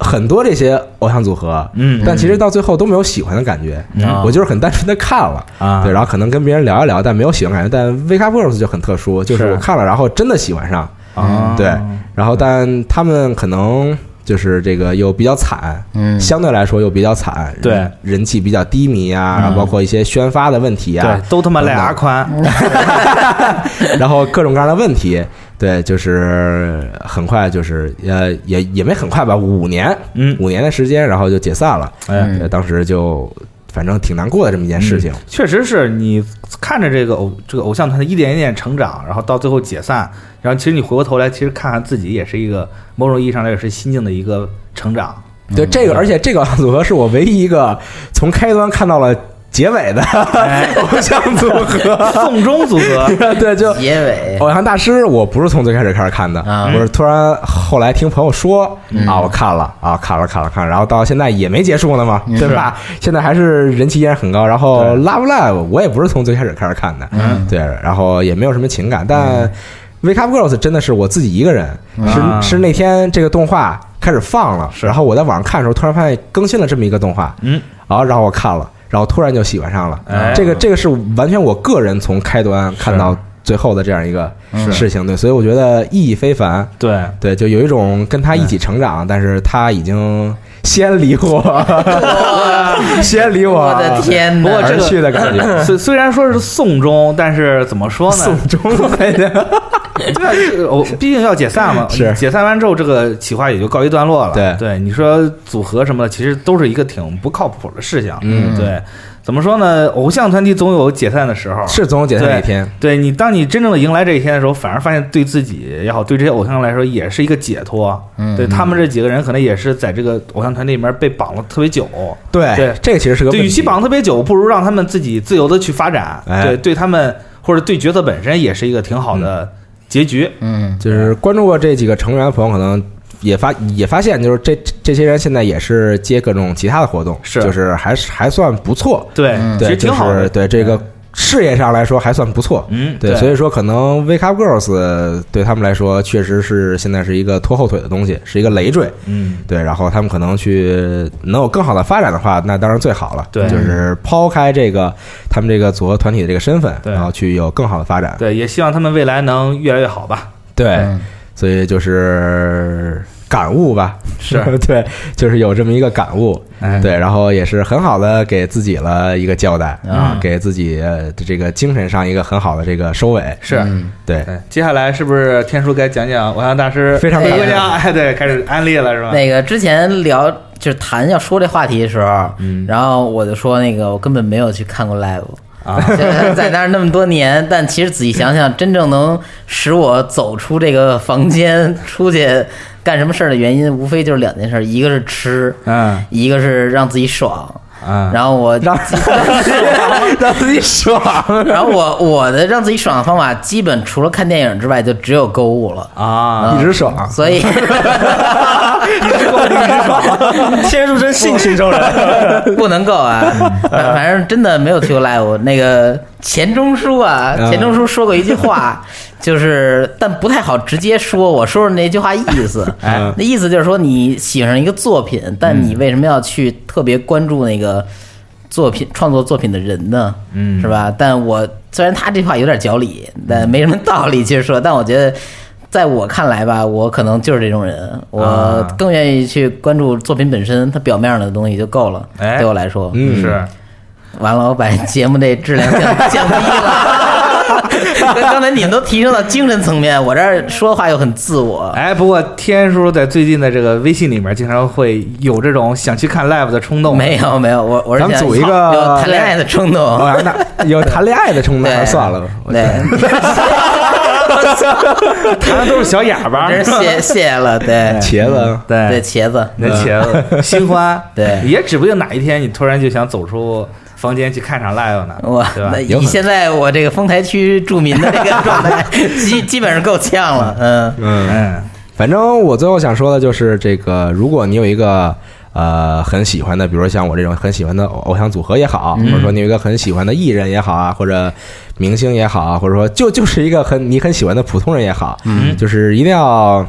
B: 很多这些偶像组合，
D: 嗯
B: 但其实到最后都没有喜欢的感觉，
A: 嗯
B: 我就是很单纯的看了。
D: 啊，
B: 对，然后可能跟别人聊一聊，但没有喜欢感觉。但 Wake Up Girls 就很特殊，就是
D: 是
B: 我看了，然后真的喜欢上，
D: 啊，
B: 嗯对，然后但他们可能就是这个又比较惨，
A: 嗯
B: 相对来说又比较惨，
D: 对嗯
B: 人人气比较低迷啊，然后包括一些宣发的问题啊
D: 对，，都他妈赖牙宽，
B: 然后各种各样的问题，对，就是很快就是呃也也没很快吧，五年，
D: 嗯
B: 五年的时间，然后就解散了，
D: 哎，嗯
B: 对，当时就反正挺难过的这么一件事情，
D: 确实是你看着这个偶这个偶像团体一点一点成长，然后到最后解散，然后其实你回过头来，其实看看自己也是一个某种意义上来也是心境的一个
B: (laughs)
D: 成长，
B: 对这
D: 嗯
B: 个，而且这个组合是我唯一一个从开端看到了结尾的
D: 哎
B: 偶像组合。
D: (laughs) 送终组合
B: 对，就
A: 结尾
B: 偶像大师，我不是从最开始开始看的，
A: 啊
B: 我是突然后来听朋友说、
D: 嗯
B: 啊，我看了啊，看了看了看了，然后到现在也没结束呢
D: 嗯
B: 嘛，对
D: 啊
B: 吧？现在还是人气依然很高。然后 Love Live 我也不是从最开始开始看的，
A: 嗯
B: 对，然后也没有什么情感，但 Wake Up Girls 真的是我自己一个人，
D: 嗯啊
B: 是是那天这个动画开始放了，然后我在网上看的时候，突然发现更新了这么一个动画，
D: 嗯，
B: 然后然后我看了，然后突然就喜欢上了。
D: 哎
B: 这个这个是完全我个人从开端看到最后的这样一个事情，对，所以我觉得意义非凡。
D: 对。
B: 对，就有一种跟他一起成
D: 嗯
B: 长，但是他已经先离
D: (laughs)
B: 我，先离
A: 我的天
D: 不
A: 哪！
D: 过这
B: 而
D: 个
B: 去的感觉。
D: (laughs) 虽虽然说是送终，但是怎么说呢？
B: 终了，
D: 对啊，这个我毕竟要解散嘛，
B: (laughs) 是
D: 解散完之后，这个企划也就告一段落了。
B: 对
D: 你说组合什么的，其实都是一个挺不靠谱的事情。
B: 嗯
D: 对，怎么说呢？偶像团体总有解散的时候。
B: 是总有解散那一天。
D: 对你，当你真正的迎来这一天的时候，反而发现对自己也好，对这些偶像来说也是一个解脱。
A: 嗯
D: 对他们这几个人，可能也是在这个偶像团体里面被绑了特别久。
B: 对
D: 对
B: 这个其实是个
D: 对，
B: 问
D: 与
B: 题
D: 其绑得特别久，不如让他们自己自由的去发展。
B: 哎
D: 对，对他们或者对角色本身也是一个挺好的结局。
A: 嗯
B: 就是关注过这几个成员的朋友，可能也发也发现，就是这这这些人现在也是接各种其他的活动，
D: 是
B: 就是还是还算不错，
D: 对，
A: 嗯
D: 其
B: 对，
D: 实挺好
B: 就是
D: 的。
B: 对这个事业上来说还算不错。
D: 嗯，
B: 对，所以说可能 Wake Up Girls 对他们来说确实是现在是一个拖后腿的东西，是一个累赘。
D: 嗯，
B: 对，然后他们可能去能有更好的发展的话，那当然最好了。
D: 对
B: 就是抛开这个他们这个组合团体的这个身份，
D: 对
B: 然后去有更好的发展。
D: 对，也希望他们未来能越来越好吧。
B: 对，
A: 嗯
B: 所以就是感悟吧，
D: 是
B: (laughs) 对，就是有这么一个感悟，
D: 嗯哎
B: 对，然后也是很好的给自己了一个交代啊，给自己呃这个精神上一个很好的这个收尾，
D: 是。
A: 嗯
B: 对，
D: 哎接下来是不是天叔该讲讲偶像大师
B: 非常
A: 感
D: 回
A: 谢
D: 归家？哎，对，开始安利了是吧？
A: 那个之前聊就是谈要说这话题的时候，
B: 嗯
A: 然后我就说那个我根本没有去看过 live。
D: 啊，
A: 就是 (laughs) 在那儿那么多年，但其实仔细想想，真正能使我走出这个房间出去干什么事儿的原因，无非就是两件事儿，一个是吃，
B: 啊
D: 嗯
A: 一个是让自己爽。
D: 嗯，
A: 然后我
B: (laughs)
A: 让自己，
D: 哎
B: 让自己爽，
A: 然后我我的让自己爽的方法，基本除了看电影之外，就只有购物了。
D: 啊，
B: 一直爽，
A: 所以，
C: (laughs) 天书真性情
B: (laughs)
C: 中人，
A: (laughs) 不能够啊，反反正真的没有去过 live。那个钱钟书啊，
B: 嗯
A: 钱钟书说过一句话，就是但不太好直接说，我说说那句话意思。
B: 哎
A: 那意思就是说你喜欢上一个作品，但你为什么要去特别关注那个作品创作作品的人呢？嗯，是吧？但我虽然他这话有点讲理，但没什么道理，其实说，但我觉得。在我看来吧，我可能就是这种人，我
D: 啊
A: 更愿意去关注作品本身，它表面上的东西就够了。
D: 哎
A: 对我来说，
B: 嗯
D: 是
A: 完了，我把节目这质量 (laughs) 降降低了。刚才你们都提升到精神层面，我这儿说话又很自我。
D: 哎，不过天叔在最近的这个微信里面，经常会有这种想去看 live 的冲动。 (laughs)
A: 没有没有，我我是
B: 咱们
A: 想
B: 组一个
A: 有谈恋爱的冲动。
B: 哦， (laughs) 那有谈恋爱的冲动，
A: 对
B: 还是算了吧。我
A: 对，
D: 谈的都是小哑
A: (laughs)
D: 巴，
A: 真是谢谢 (laughs) 了，对
B: 茄子，
A: 哎对
D: (laughs) 对，
A: 茄子，
D: 那茄 (laughs) 子新欢，
A: 嗯 (laughs) 对
D: 也指不定哪一天你突然就想走出房间去看场 live 呢，
A: 我
D: 对吧
A: 那？
B: 有可
A: 以
B: 能
A: 现在我这个丰台区住民的这个状态，基基本上够呛了，嗯。
B: 嗯，
D: 嗯，
B: 反正我最后想说的就是，这个如果你有一个呃很喜欢的，比如说像我这种很喜欢的偶偶像组合也好，或者说你有一个很喜欢的艺人也好啊，或者明星也好啊，或者说就就是一个很你很喜欢的普通人也好，
D: 嗯
B: 就是一定要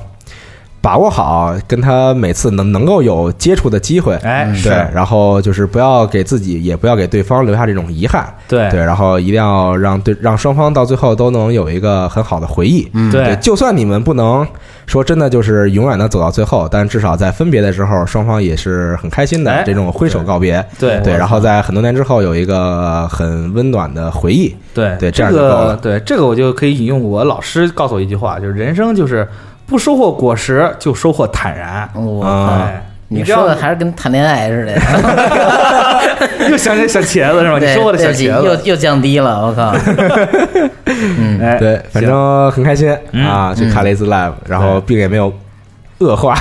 B: 把握好跟他每次能能够有接触的机会，
D: 哎，
B: 对
D: 是，
B: 然后就是不要给自己，也不要给对方留下这种遗憾，
D: 对
B: 对，然后一定要让对让双方到最后都能有一个很好的回忆，
A: 嗯
D: 对
B: 就算你们不能说真的就是永远的走到最后，但至少在分别的时候，双方也是很开心
D: 哎
B: 的这种挥手告别，
D: 对
B: 对，然后在很多年之后有一个很温暖的回忆，
D: 对
B: 对这
D: 这
B: 样就够
D: 个
B: 了
D: 对这个我就可以引用我老师告诉我一句话，就是人生就是不收获果实就收获坦然。
A: 我
B: 啊
A: 靠，
D: 哎，
A: 你
D: 知道
A: 说的还是跟谈恋爱似 (laughs) 的，
D: 又想起小茄子是吧？你
A: 对
D: 收获的
A: 对
D: 小
A: 不起，
D: 茄
A: 又
D: 子，
A: 又降低了，我
D: (laughs)
A: 靠，嗯，
D: 哎，
B: 对，反正很开心
D: 嗯
B: 啊，去看了一次 live，然后并也没有恶
D: (laughs)
B: 化。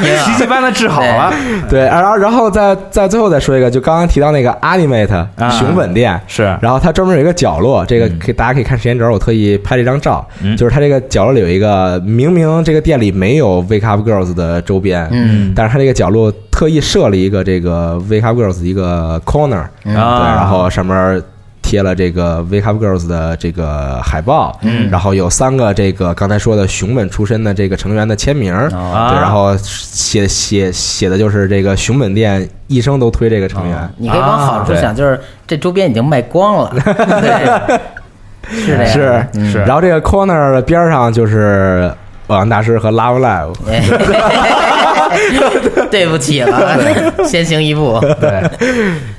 A: 挺
D: 习
A: 好
D: 气般的治好了，
B: 对，然后然后再再最后再说一个，就刚刚提到那个 Animate
D: 啊
B: 熊本店，
D: 是
B: 然后它专门有一个角落，这个可以大家可以看时间轴，我特意拍了一张照，
D: 嗯
B: 就是它这个角落里有一个明明这个店里没有 Wake Up Girls 的周边，
A: 嗯
B: 但是它这个角落特意设了一个这个 Wake Up Girls 的一个 corner，
A: 嗯
B: 对，
D: 啊，
B: 然后上面贴了这个 Wake Up Girls 的这个海报，
A: 嗯
B: 然后有三个这个刚才说的熊本出身的这个成员的签名，
A: 哦
D: 啊
B: 对，然后写写写的就是这个熊本店一生都推这个成员。
A: 你可以往好处
B: 啊
A: 想，就是这周边已经卖光
D: (laughs)
A: 了，对，是这样，
B: 是
A: 嗯
D: 是
B: 然后这个 corner 的边上就是偶像大师和 Love Live，
A: (laughs) 对不起
D: (laughs)
A: 了，先行一步。
D: 对，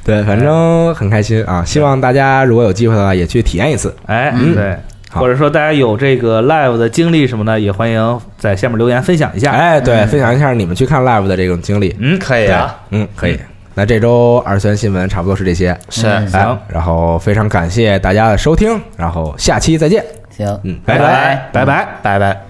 B: 对，反正很开心啊！希望大家如果有机会的话，也去体验一次。
D: 哎，
A: 嗯
D: 对，
B: 好
D: 或者说大家有这个 live 的经历什么的，也欢迎在下面留言分享一下。
B: 哎，对，分享一下你们去看 Live 的这种经历。
D: 嗯，
C: 可以
B: 对
C: 啊，，
B: 嗯，可以。那这周二次元新闻差不多是这些，
C: 是
A: 嗯
B: 哎
D: 行，
B: 然后非常感谢大家的收听，然后下期再见，
A: 行，
B: 嗯，拜
D: 拜拜，拜拜。
C: 拜拜。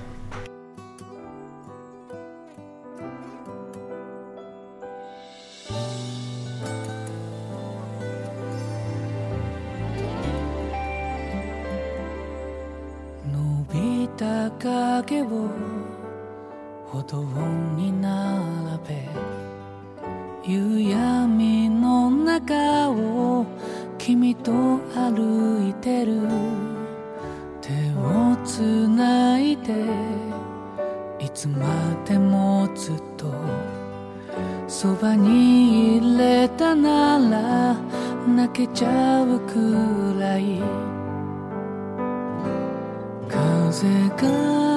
E: 伸びた影を歩道に並べ夕闇の中を君と歩いてる手をつないでいつまでもずっとそばにいれたなら泣けちゃうくらい風が